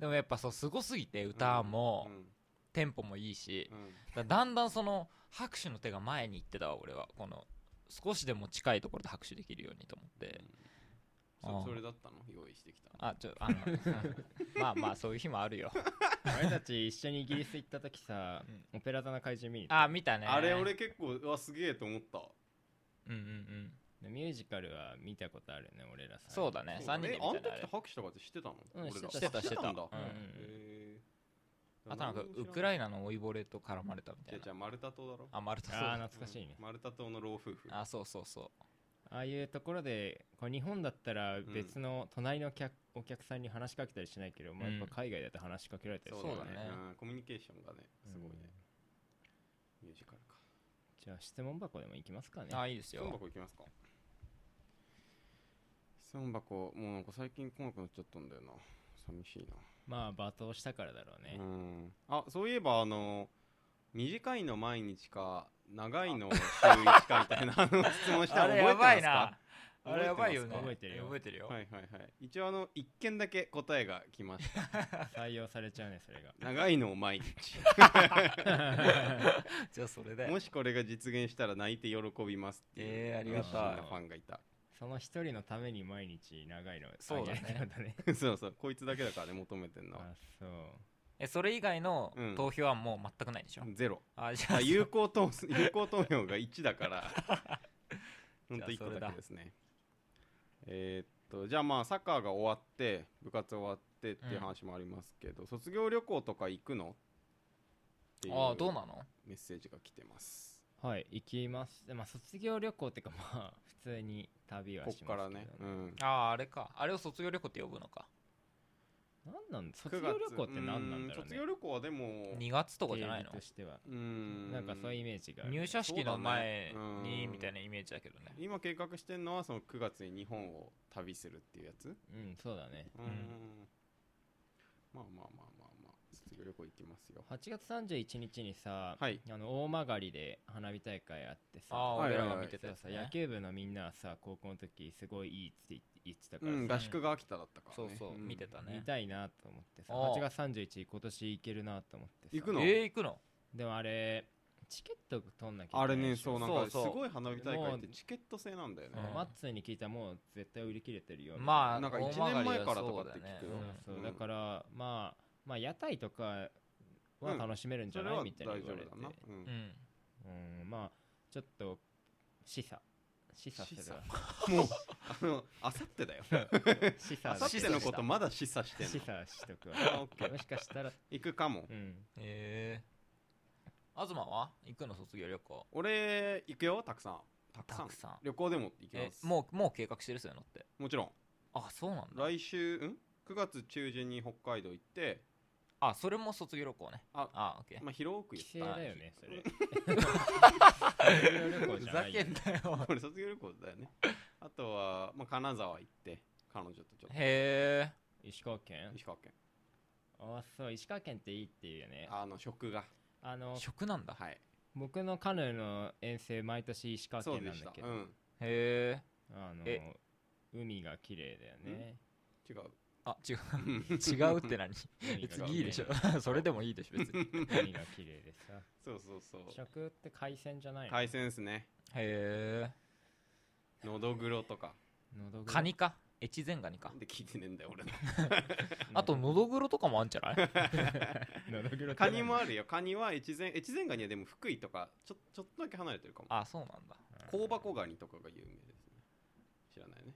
Speaker 3: でもやっぱそうすごすぎて歌も、
Speaker 2: うん
Speaker 3: テンポもいいし
Speaker 2: う、ん
Speaker 3: だだんだんその拍手の手が前に行ってたわ俺はこの少しでも近いところで拍手できるようにと思って、
Speaker 2: うん
Speaker 3: あ
Speaker 2: そ
Speaker 3: ー
Speaker 2: それだったの用意してきたの
Speaker 3: あちょあの まあまあそういう日もあるよ
Speaker 1: 俺たち一緒にイギリス行った時 さ、オペラ座の怪獣見に行っ
Speaker 3: あ見たね
Speaker 2: あれ俺結構うわすげえと思った
Speaker 3: うんうんうん
Speaker 1: たミュージカルは見たことあるね、俺らさ。
Speaker 3: そうだね
Speaker 2: そう
Speaker 3: 3
Speaker 2: だ
Speaker 3: 人で
Speaker 2: ねえ
Speaker 3: 見
Speaker 2: あの時っ
Speaker 3: たね
Speaker 2: て
Speaker 3: あれ
Speaker 2: 拍手とかって知ってたの
Speaker 1: うん
Speaker 2: 俺ら
Speaker 1: してた
Speaker 2: あ
Speaker 3: してた
Speaker 2: んだ
Speaker 3: うんうん
Speaker 2: へー
Speaker 3: あとなんかウクライナの老いぼれと絡まれたみた
Speaker 2: じゃ
Speaker 3: い
Speaker 2: あじ
Speaker 3: な
Speaker 2: ゃあマルタ島だろ
Speaker 3: あ丸太そう
Speaker 1: ああ、
Speaker 3: だ
Speaker 1: 懐かしいね
Speaker 2: う。んマルタ島の老夫婦
Speaker 3: あそうそうそう
Speaker 1: ああいうところで、こう日本だったら別の隣の客お客さんに話しかけたりしないけど、まあ、
Speaker 3: うん
Speaker 1: やっぱ海外だと話しかけられたりする
Speaker 3: そうだね
Speaker 2: うんコミュニケーションがねすごいねミュージカルか
Speaker 1: じゃあ質問箱でも行きますかね。
Speaker 3: あいいです
Speaker 2: 質問
Speaker 3: よ
Speaker 2: 箱いきますか質問箱もうなんか最近来なくなっちゃったんだよな寂しいな
Speaker 1: まあ、罵倒したからだろうね。
Speaker 2: うんあそういえばあの短いの毎日か長いの週1かみたいなあの質問した
Speaker 3: あ
Speaker 2: の
Speaker 3: れ
Speaker 2: 覚え
Speaker 3: や
Speaker 2: てますか
Speaker 3: ばいなあれやばいよね
Speaker 1: 覚えてますか
Speaker 3: 覚えてるよ
Speaker 2: はいはいはい一応あの1件だけ答えが来ました
Speaker 1: 採用されちゃうね、それが。
Speaker 2: 長いのを毎日
Speaker 3: じゃあそれで
Speaker 2: もしこれが実現したら泣いて喜びますっていう
Speaker 3: えーあり
Speaker 1: がたい
Speaker 2: 熱心なファンがいた
Speaker 1: その一人のために毎日長いの
Speaker 3: そうだね
Speaker 1: あげるってことね。
Speaker 2: そうそうこいつだけだからね求めてん のは
Speaker 1: あ、そう。
Speaker 3: えそれ以外の
Speaker 2: うん
Speaker 3: 投票はもう全くないでしょ
Speaker 2: ゼロ
Speaker 3: あじゃ
Speaker 2: あ
Speaker 3: あ
Speaker 2: 有効投有効投票が1だからほんと1個だけですねえーっとじゃあまあサッカーが終わって部活終わってっていう話もありますけど、卒業旅行とか行くのっていう
Speaker 3: あどうなの
Speaker 2: メッセージが来てます
Speaker 1: はい、行きます。でまあ、卒業旅行っていうか、まあ、普通に旅はし
Speaker 2: こ
Speaker 1: ますけ
Speaker 2: っか
Speaker 1: ど、
Speaker 2: らね、うん、
Speaker 3: あああれかあれを卒業旅行って呼ぶのか
Speaker 1: なんなん卒
Speaker 2: 9
Speaker 1: 業旅行って何なんだろうね。
Speaker 2: ん卒業旅行はでも
Speaker 3: 2月とかじゃ
Speaker 1: 定
Speaker 3: ない
Speaker 1: 義
Speaker 3: の
Speaker 1: としては。
Speaker 2: うん
Speaker 1: なんかそういうイメージがある。
Speaker 3: 入社式の前
Speaker 2: そうだね
Speaker 3: に
Speaker 2: うん
Speaker 3: みたいなイメージだけどね
Speaker 2: 今計画してんのはその9月に日本を旅するっていうやつ
Speaker 1: うん、そうだね。
Speaker 2: うん
Speaker 3: ん
Speaker 2: まあまあまあまあまあ卒業旅行行きますよ
Speaker 1: 8月31日にさ、
Speaker 2: はい
Speaker 1: あの大曲で花火大会あってさ、
Speaker 3: ああー
Speaker 2: はい
Speaker 3: 俺
Speaker 2: はいは
Speaker 3: ら
Speaker 2: い
Speaker 3: が見てたやつ
Speaker 1: さ
Speaker 3: ね
Speaker 1: 野球部のみんなはさ、高校の時すごいいいって言ってたか
Speaker 2: う
Speaker 1: らさ、
Speaker 2: ん、合宿が秋田だったから、
Speaker 3: そう
Speaker 2: ね、
Speaker 3: そう見て
Speaker 2: た
Speaker 3: た
Speaker 1: 見
Speaker 3: ね
Speaker 1: たいなと思ってさ、
Speaker 3: ああ
Speaker 1: 8月31日今年行けるなと思ってさ。
Speaker 2: 行く
Speaker 3: え
Speaker 2: の
Speaker 3: ー行くの
Speaker 1: でもあれ、チケット取んなきゃいけない
Speaker 2: あれね
Speaker 1: でしょ
Speaker 2: そうなんかす
Speaker 3: そうそう
Speaker 2: ごい花火大会っ
Speaker 1: も
Speaker 2: て
Speaker 1: う
Speaker 2: チケット制なんだよね、
Speaker 3: うん
Speaker 1: マッツーに聞いたらもう絶対売り切れてるよ
Speaker 3: まあ
Speaker 2: なんか
Speaker 3: 大
Speaker 2: 一年前からと
Speaker 3: 曲り
Speaker 2: か
Speaker 3: は
Speaker 2: って聞く
Speaker 1: み
Speaker 2: よ
Speaker 1: たいなうんそ
Speaker 3: そうだね
Speaker 1: う
Speaker 2: うん
Speaker 1: だからまあまあ屋台とかは楽しめるんじゃ
Speaker 2: それ
Speaker 1: ない、
Speaker 2: は
Speaker 1: みたいな
Speaker 2: 大
Speaker 1: 言
Speaker 2: 丈
Speaker 1: わ
Speaker 2: 夫
Speaker 1: れ
Speaker 2: だ
Speaker 1: て
Speaker 2: な、う、
Speaker 3: うんん
Speaker 1: うんまあちょっと示唆示唆するわ
Speaker 2: もうあのあさってだよ
Speaker 1: 示
Speaker 2: あ
Speaker 1: 唆
Speaker 2: さ
Speaker 1: だ
Speaker 2: っ
Speaker 1: 示
Speaker 2: てのことまだ示唆してん
Speaker 1: 唆
Speaker 2: の
Speaker 1: しとく
Speaker 2: あ
Speaker 1: わ
Speaker 2: オッケー
Speaker 1: もしかしたら
Speaker 2: 行くかも
Speaker 1: うん
Speaker 3: えー東は行くの卒業旅行
Speaker 2: 俺行くよたくさんたくさ
Speaker 3: た
Speaker 2: ん
Speaker 3: くさん
Speaker 2: 旅行でも行きま
Speaker 3: え
Speaker 2: す
Speaker 3: もうもう計画してるそういうのって
Speaker 2: もちろん
Speaker 3: あそうなんだ
Speaker 2: 来週ん9月中旬に北海道行って
Speaker 3: あそれも卒業旅行ね
Speaker 2: あ
Speaker 3: あオッケー
Speaker 2: まあ広く言
Speaker 1: 帰
Speaker 2: っ
Speaker 1: 省だよねそ れ 卒業旅行
Speaker 3: ふ
Speaker 1: じゃ
Speaker 3: ざ
Speaker 1: ない
Speaker 3: け
Speaker 1: よ
Speaker 3: んなよ
Speaker 2: これ卒業旅行だよね あとは、まあ、金沢行って彼女とちょっと
Speaker 3: へえ
Speaker 1: 石川県
Speaker 2: 石川県
Speaker 1: ああそう石川県っていいっていうよね
Speaker 2: あの食が
Speaker 1: あの
Speaker 3: 食なんだ
Speaker 2: はい
Speaker 1: 僕のカヌーの遠征毎年石川
Speaker 2: そう
Speaker 1: 県な
Speaker 2: で
Speaker 1: ん
Speaker 2: した
Speaker 1: だけ
Speaker 2: う
Speaker 1: ど、
Speaker 2: ん
Speaker 3: へえ
Speaker 1: あの
Speaker 3: え
Speaker 1: 海が綺麗だよね
Speaker 2: 違う
Speaker 3: あ 違う違うっ
Speaker 1: 海
Speaker 3: て何
Speaker 1: が
Speaker 3: 別
Speaker 1: 綺麗
Speaker 3: にいいでしょ それでもいいでしょ別 に
Speaker 1: 海が綺麗でさ
Speaker 2: そうそうそう
Speaker 1: 食って海鮮じゃないの
Speaker 2: 海鮮ですね
Speaker 3: へえ
Speaker 2: のどぐろとか
Speaker 1: のどぐろ
Speaker 3: カニか越前ガニか
Speaker 2: なんで聞いてねえんだよ俺の
Speaker 3: あとのどぐろとかもあんじゃ ない
Speaker 1: のどぐろって
Speaker 2: カ
Speaker 1: 何
Speaker 2: ニもあるよカニは越前越前ガニはでも福井とかちょちょっとだけ離れてるかも
Speaker 3: あそうなんだ
Speaker 2: 香箱ガニとかが有名ですね知らないね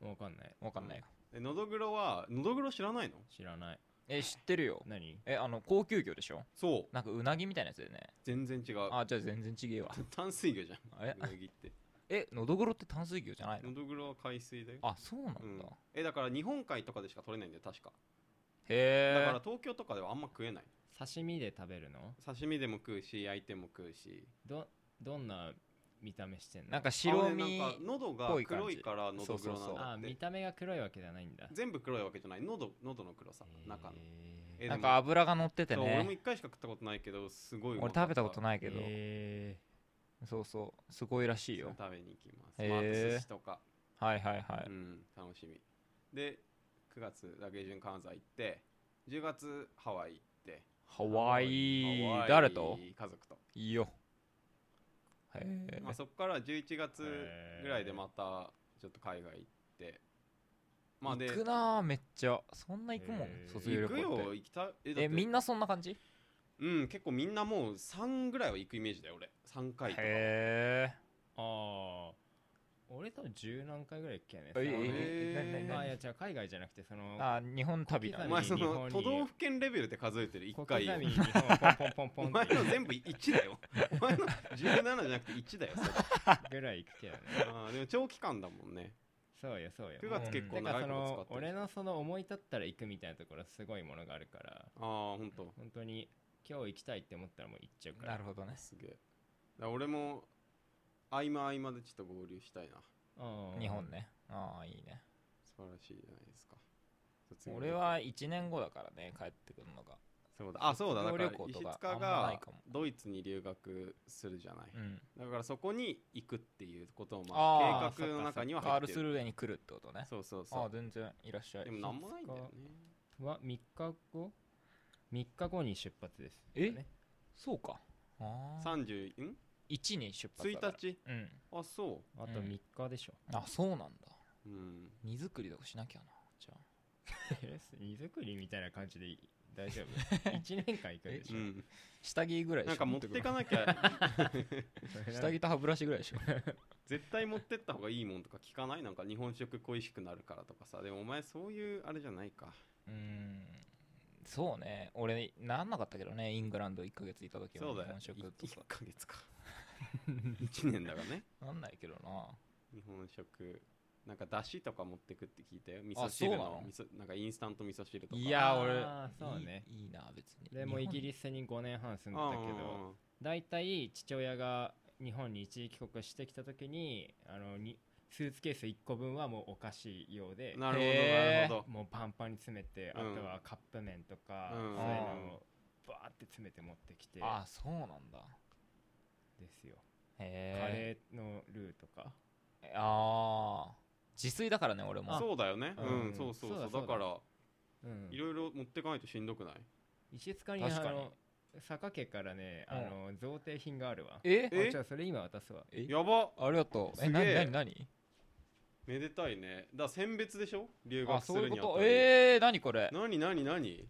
Speaker 1: わかんない
Speaker 3: わかんないよ
Speaker 2: えのどぐろはのどぐろ知らないの
Speaker 1: 知らない
Speaker 3: え知ってるよ
Speaker 1: 何
Speaker 3: えあの高級魚でしょ
Speaker 2: そう
Speaker 3: なんかうなぎみたいなやつだよね
Speaker 2: 全然違う
Speaker 3: あじゃあ全然ちげえわ
Speaker 2: 淡水魚じゃん
Speaker 3: え
Speaker 2: うなぎ って
Speaker 3: えのどぐろって淡水魚じゃないの
Speaker 2: のどぐろは海水だよ
Speaker 3: あそうなんだ、
Speaker 2: うん
Speaker 3: へ
Speaker 2: えだから日本海とかでしか取れないんだよ確かだか
Speaker 3: え
Speaker 2: ら東京とかではあんま食えない
Speaker 1: 刺身で食べるの
Speaker 2: 刺身でも食うし焼いても食うし
Speaker 1: どどんな見た目してんの
Speaker 3: なんか
Speaker 2: あ
Speaker 3: 白
Speaker 2: のね
Speaker 3: 身
Speaker 2: なんか喉が
Speaker 3: ぽい感じ
Speaker 2: 黒いからのどぐろなんだ
Speaker 3: そうそうそう
Speaker 1: あ
Speaker 2: っ
Speaker 1: 見
Speaker 2: て
Speaker 1: た目が黒いわけじゃないんだ
Speaker 2: 全部黒いわけじゃない喉喉の黒さ中の
Speaker 1: え
Speaker 2: え
Speaker 3: なん
Speaker 2: でも
Speaker 3: か油が乗ってて
Speaker 2: そう俺も
Speaker 3: ね
Speaker 2: 一回しか食ったことないけどすごいう
Speaker 3: 俺食べたこと
Speaker 2: ない
Speaker 3: ない
Speaker 1: ー
Speaker 3: けど、
Speaker 1: え
Speaker 3: そうそうすごいらしいよ
Speaker 2: 食べに行きます、
Speaker 3: へー
Speaker 2: まああと寿司とか、
Speaker 3: はいはいはい、
Speaker 2: うん楽しみで9月だ下旬関西行って10月ハワイ行って
Speaker 3: ハワイ
Speaker 2: ハワイ
Speaker 3: 誰と
Speaker 2: 家族と、
Speaker 3: いいよへえ、
Speaker 2: まあ、そこから11月
Speaker 1: へー
Speaker 2: ぐらいでまたちょっと海外行ってまあで
Speaker 3: 行くなあめっちゃそんな行くもん
Speaker 1: へえ
Speaker 3: 卒業
Speaker 2: 行
Speaker 3: 旅
Speaker 2: くよ
Speaker 3: 行って
Speaker 2: 行きたいえだって
Speaker 3: えみんなそんな感じへ
Speaker 2: うん結構みんなもう3ぐらいは行くイメージだよ俺3回とか
Speaker 3: え
Speaker 1: ー、ああ俺多分十何回ぐらい行っけね
Speaker 3: え
Speaker 2: え
Speaker 3: え
Speaker 1: あーい
Speaker 3: 何
Speaker 1: や違う海外じゃなくてその
Speaker 3: あ日本旅だ
Speaker 2: お
Speaker 1: ー
Speaker 2: 前
Speaker 1: ま
Speaker 2: そ
Speaker 1: 日本
Speaker 2: の
Speaker 1: に
Speaker 2: 都道府県レベルで数えてる1
Speaker 1: 小刻
Speaker 2: 回よ
Speaker 1: みに日本をポンポンポン
Speaker 2: お
Speaker 1: ポン
Speaker 2: 前
Speaker 1: って
Speaker 2: の全部1だよお前の17じゃなくて1だよそれ
Speaker 1: ぐらい行くけどね
Speaker 2: あーでも長期間だもんね
Speaker 1: そうよそうよ
Speaker 2: 9月結構
Speaker 1: だから
Speaker 2: 長
Speaker 1: そ
Speaker 2: いこと
Speaker 1: の
Speaker 2: 使って
Speaker 1: 俺
Speaker 2: る
Speaker 1: のその思い立ったら行くみたいなところすごいものがあるから
Speaker 2: ああーほんと
Speaker 1: 本当に今日行きたいって思ったらもう行っちゃうから
Speaker 3: なるほどね
Speaker 2: すげえだから俺も合間合間でちょっと合流したいな
Speaker 1: うん
Speaker 3: 日本ねああいいね
Speaker 2: 素晴らしいじゃないですか卒業
Speaker 3: 俺は1年後だからね帰ってくるのが
Speaker 2: そうだあそうだだから
Speaker 3: 卒業旅
Speaker 2: 石
Speaker 3: 行とか
Speaker 2: 塚
Speaker 3: あんまな
Speaker 2: が
Speaker 3: いかも
Speaker 2: ドイツに留学するじゃない
Speaker 3: うん
Speaker 2: だからそこに行くっていうことをまあ
Speaker 3: あー
Speaker 2: 計画の中には
Speaker 3: カ
Speaker 2: 入
Speaker 3: ー
Speaker 2: っ
Speaker 3: ル
Speaker 2: て
Speaker 3: ス
Speaker 2: る
Speaker 3: ルーエに来るってことね
Speaker 2: そうそう
Speaker 3: ああ
Speaker 2: そ
Speaker 3: 全然いらっしゃ
Speaker 2: う
Speaker 3: い
Speaker 2: でもなんもないんだよね
Speaker 1: は3日後3日後に出発です
Speaker 3: え
Speaker 1: ね
Speaker 3: そうかああ
Speaker 2: 30ん
Speaker 3: 1に出発だから
Speaker 2: 1日
Speaker 3: うん
Speaker 2: あそ
Speaker 1: あと
Speaker 3: うん
Speaker 1: 3日でしょ、
Speaker 3: あそうなんだ
Speaker 2: ううん
Speaker 3: 荷造りとかしなきゃなじゃあ
Speaker 1: え荷造りみたいな感じでいい大丈夫 1年間行くでし
Speaker 2: う
Speaker 1: ょ
Speaker 2: ん
Speaker 3: 下着ぐらいで
Speaker 2: なん
Speaker 3: しょ
Speaker 2: か持ってかなきゃ
Speaker 1: それな
Speaker 3: 下着と歯ブラシぐらいでしょ
Speaker 2: 絶対持ってった方がいいもんとか聞かないなんか日本食恋しくなるからとかさでもお前そういうあれじゃないか
Speaker 3: うーんそうね俺なんなかったけどねイングランド1ヶ月いた時は
Speaker 2: そう
Speaker 3: 日
Speaker 2: だよ
Speaker 3: 本食と
Speaker 2: 1
Speaker 3: か
Speaker 2: ヶ月か1年だからね
Speaker 3: なんないけどな
Speaker 2: 日本食なんかだしとか持ってくって聞いたよ味
Speaker 3: あ
Speaker 2: 噌汁
Speaker 3: そうな
Speaker 2: の
Speaker 3: の
Speaker 2: 味噌なんかインスタント味噌汁とか
Speaker 3: いや
Speaker 1: あー
Speaker 3: 俺
Speaker 1: そうね
Speaker 3: いいいいな別に
Speaker 1: でもイギ
Speaker 3: ス
Speaker 1: リスに5年半住んで
Speaker 2: あ
Speaker 1: た
Speaker 2: あ
Speaker 1: けど大体父親が日本に一時帰国してきた時にあのにスーツケース1個分はもうお菓子用で
Speaker 2: なるほどな
Speaker 3: へ
Speaker 2: る
Speaker 3: ー
Speaker 2: ほど
Speaker 1: もうパンパンに詰めて、
Speaker 2: うん
Speaker 1: あとはカップ麺とか、
Speaker 2: うん
Speaker 1: そういうのをバーって詰めて持ってきて
Speaker 3: あそうなんだ
Speaker 1: ですよ、カ
Speaker 3: へ
Speaker 1: レーのルーとか
Speaker 3: えああ自炊だからね俺も
Speaker 2: そうだよね
Speaker 1: うん
Speaker 2: うんそうそう
Speaker 1: そう
Speaker 2: そう
Speaker 1: だそう
Speaker 2: だ
Speaker 1: だ
Speaker 2: から
Speaker 1: うん
Speaker 2: いろいろ持ってかないとしんどくない
Speaker 1: 石塚にあ
Speaker 3: 確かに
Speaker 1: の佐賀家からねあの贈呈品があるわ
Speaker 3: え
Speaker 2: え
Speaker 1: あじゃあそれ今渡すわ
Speaker 3: え
Speaker 2: やば
Speaker 3: ありがとう
Speaker 2: す
Speaker 3: え
Speaker 2: げ
Speaker 3: な
Speaker 2: え
Speaker 3: になになに
Speaker 2: めでたいねだから選別でしょ留
Speaker 3: あ
Speaker 2: 学す
Speaker 3: そうい
Speaker 2: る
Speaker 3: う
Speaker 2: にあ
Speaker 3: こと
Speaker 2: たり
Speaker 3: えー、なにこれ
Speaker 2: なになになに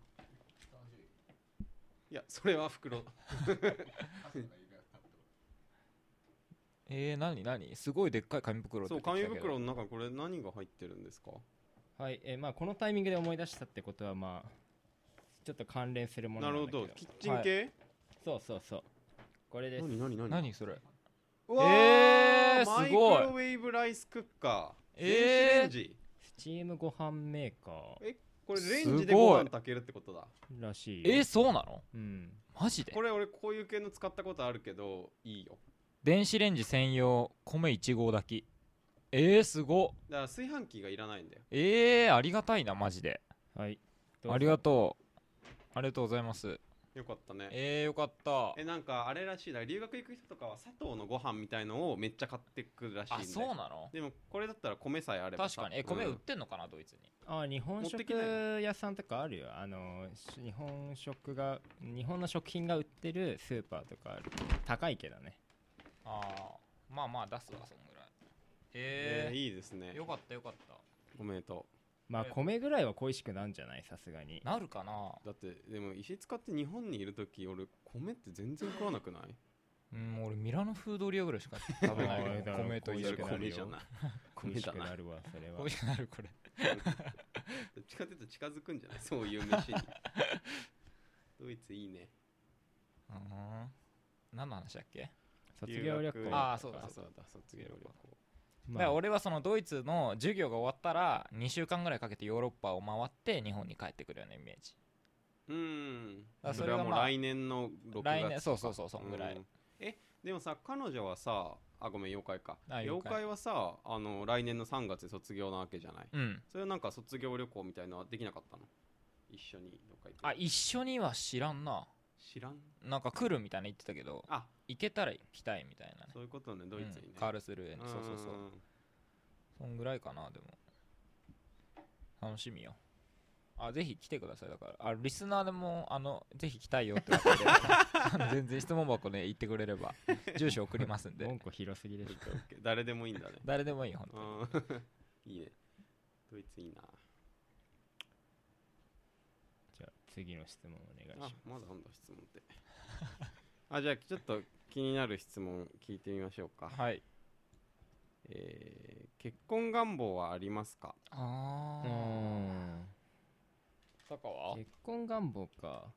Speaker 2: いやそれは袋
Speaker 3: えー、なになにすごいでっかい紙袋
Speaker 2: そう
Speaker 3: 出てきたけ
Speaker 2: 紙
Speaker 3: ど
Speaker 2: 袋の中これ何が入ってるんですか
Speaker 1: はいえーまあこのタイミングで思い出したってことはまあちょっと関連するもの
Speaker 2: なる
Speaker 1: ん
Speaker 2: ほ
Speaker 1: だけど
Speaker 2: どキッチン系
Speaker 1: そうそうそうこれです
Speaker 2: 何何何
Speaker 3: 何それ
Speaker 2: うわ
Speaker 3: えー
Speaker 2: マイ
Speaker 3: す
Speaker 2: ク
Speaker 3: ごい
Speaker 2: ロウェーブライスクッカー
Speaker 3: えー
Speaker 2: 電子レンジ
Speaker 1: スチームご飯メーカー
Speaker 2: えこれレ
Speaker 3: す
Speaker 2: ン
Speaker 3: ご
Speaker 2: ジ
Speaker 3: い
Speaker 2: でご飯炊けるってことだ
Speaker 1: らしいよ
Speaker 3: えー、そうなの
Speaker 1: うん
Speaker 3: マジで
Speaker 2: これ俺こういう系の使ったことあるけどいいよ
Speaker 3: 電子レンジ専用米1合炊きえー、すごっ
Speaker 2: だから炊飯器がいらないんだよ
Speaker 3: えー、ありがたいなマジで
Speaker 1: はいどうぞ
Speaker 3: ありがとうありがとうございます
Speaker 2: よかったね
Speaker 3: えー、よかった
Speaker 2: えなんかあれらしいだ留学行く人とかは砂糖のご飯みたいのをめっちゃ買ってくるらしいん
Speaker 3: あ
Speaker 2: で
Speaker 3: そうなの
Speaker 2: でもこれだったら米さえあれば
Speaker 3: 確
Speaker 2: さ
Speaker 3: かにえ米
Speaker 2: う
Speaker 3: 売っ
Speaker 2: ん
Speaker 3: てんのかな、ドイツに
Speaker 1: あ日本
Speaker 2: 持ってきな
Speaker 1: 食屋さんとかあるよあのし日本食が日本の食品が売ってるスーパーとかある高いけどね
Speaker 3: ああまあまあ出すわそんぐらい
Speaker 2: え
Speaker 3: え
Speaker 2: ー
Speaker 3: ー
Speaker 2: いいですね
Speaker 3: よかったよかった
Speaker 2: おめでと
Speaker 1: まあ米ぐらいは恋しくなんじゃないさすがに
Speaker 3: なるかな
Speaker 2: うだってでも石塚って日本にいる時俺米って全然食わなくない
Speaker 3: うん俺ミラノフードリアぐらいしか食べない
Speaker 1: あーだから
Speaker 3: 米と
Speaker 1: 美
Speaker 3: 一
Speaker 1: 味
Speaker 3: 緒
Speaker 1: しく
Speaker 3: に
Speaker 1: なるよ
Speaker 2: 米じゃない
Speaker 1: 恋
Speaker 2: 米
Speaker 1: し
Speaker 2: だ
Speaker 1: く
Speaker 2: な
Speaker 1: なるわそれは
Speaker 3: 美味しくなるこれ
Speaker 2: どっちかというと近づくんじゃない そういう飯にドイツいいね
Speaker 3: うん何の話だっけ
Speaker 1: 卒業旅
Speaker 2: 留
Speaker 1: 行
Speaker 2: 学
Speaker 3: あーそうだ
Speaker 2: そうだ卒業旅行
Speaker 1: ま
Speaker 3: だから
Speaker 1: あ
Speaker 3: 俺はそのドイツの授業が終わったら2週間ぐらいかけてヨーロッパを回って日本に帰ってくるようなイメージ
Speaker 2: うーん
Speaker 3: あ
Speaker 2: そ
Speaker 3: そ
Speaker 2: れ
Speaker 3: れ
Speaker 2: は
Speaker 3: が
Speaker 2: もう
Speaker 3: まあ
Speaker 2: 来年の6月
Speaker 3: 来年そうそうそうそんぐらい、
Speaker 2: うんえでもさ彼女はさあごめん妖怪か
Speaker 3: あ
Speaker 2: 妖
Speaker 3: 妖怪
Speaker 2: 怪はさあの来年の3月で卒業なわけじゃない
Speaker 3: うん
Speaker 2: それはなんか卒業旅行みたいのはできなかったの一緒にどっか行く
Speaker 3: あ一緒には知らんな
Speaker 2: 知らん
Speaker 3: なんか来るみたいな言ってたけど
Speaker 2: あ
Speaker 3: 行けたら行きたいみたいなね
Speaker 2: そういうことねドイツに
Speaker 3: う
Speaker 2: ね
Speaker 3: んカールスルーエにそうそうそう
Speaker 2: うん
Speaker 3: そんぐらいかなでも楽しみよあぜひ来てくださいだからあリスナーでもあのぜひ来たいよってわけであの全然質問箱ね言ってくれれば住所送りますんで
Speaker 1: 文句広すぎでしょ
Speaker 2: 誰でもいいんだね
Speaker 3: 誰でもいいよ本当に
Speaker 2: うんいいねドイツいいな
Speaker 1: じゃあ次の質問お願いしま
Speaker 2: あ
Speaker 1: す
Speaker 2: まだなんだ質問って あじゃあちょっと気になる質問聞いてみましょうか、
Speaker 3: はい
Speaker 2: えー結婚願望はありますか
Speaker 3: あ
Speaker 1: うーん
Speaker 3: タカは
Speaker 1: 結婚願望か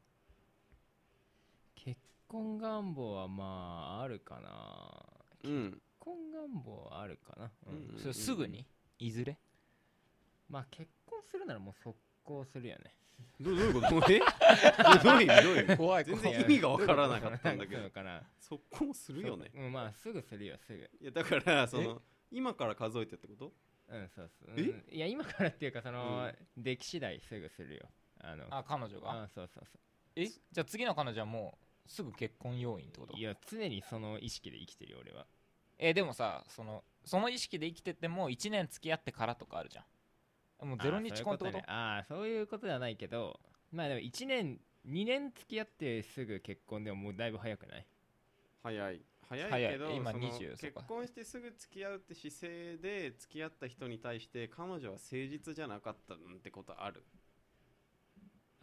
Speaker 1: 結婚願望はまああるかな
Speaker 2: うん、
Speaker 1: 結婚願望はあるかな、うん
Speaker 2: うん
Speaker 3: それすぐにいずれ
Speaker 1: まあ結婚するならもう速攻するよね
Speaker 2: どどういうこと えどどういう意味どういう意 味
Speaker 3: 怖
Speaker 2: 全然意味が分から なかったんだけ
Speaker 1: そう
Speaker 2: ど
Speaker 1: かな
Speaker 2: 速攻するよ ね
Speaker 1: うんまあすぐするよすぐ
Speaker 2: いやだからその今から数えてってこと
Speaker 1: うんそうそう、
Speaker 2: え
Speaker 1: うんいや今からっていうかその、出来次第すぐするよあの
Speaker 3: あ彼女が
Speaker 1: あそうそうそ
Speaker 3: えじゃあ次の彼女はもうすぐ結婚要因ってこと
Speaker 1: ういや常にその意識で生きてるよ俺は
Speaker 3: えでもさそのその意識で生きてても1年付き合ってからとかあるじゃんもうゼロ日婚ってこと
Speaker 1: あーそういうことねあーそういうことではないけどまあでも1年2年付き合ってすぐ結婚でももうだいぶ早くない
Speaker 2: 早い早い
Speaker 3: 早い
Speaker 2: けど
Speaker 3: 今
Speaker 2: その
Speaker 3: 20そ
Speaker 2: 結
Speaker 3: うか
Speaker 2: 婚してすぐ付き合うって姿勢で付き合った人に対して彼女は誠実じゃなかったなんてことある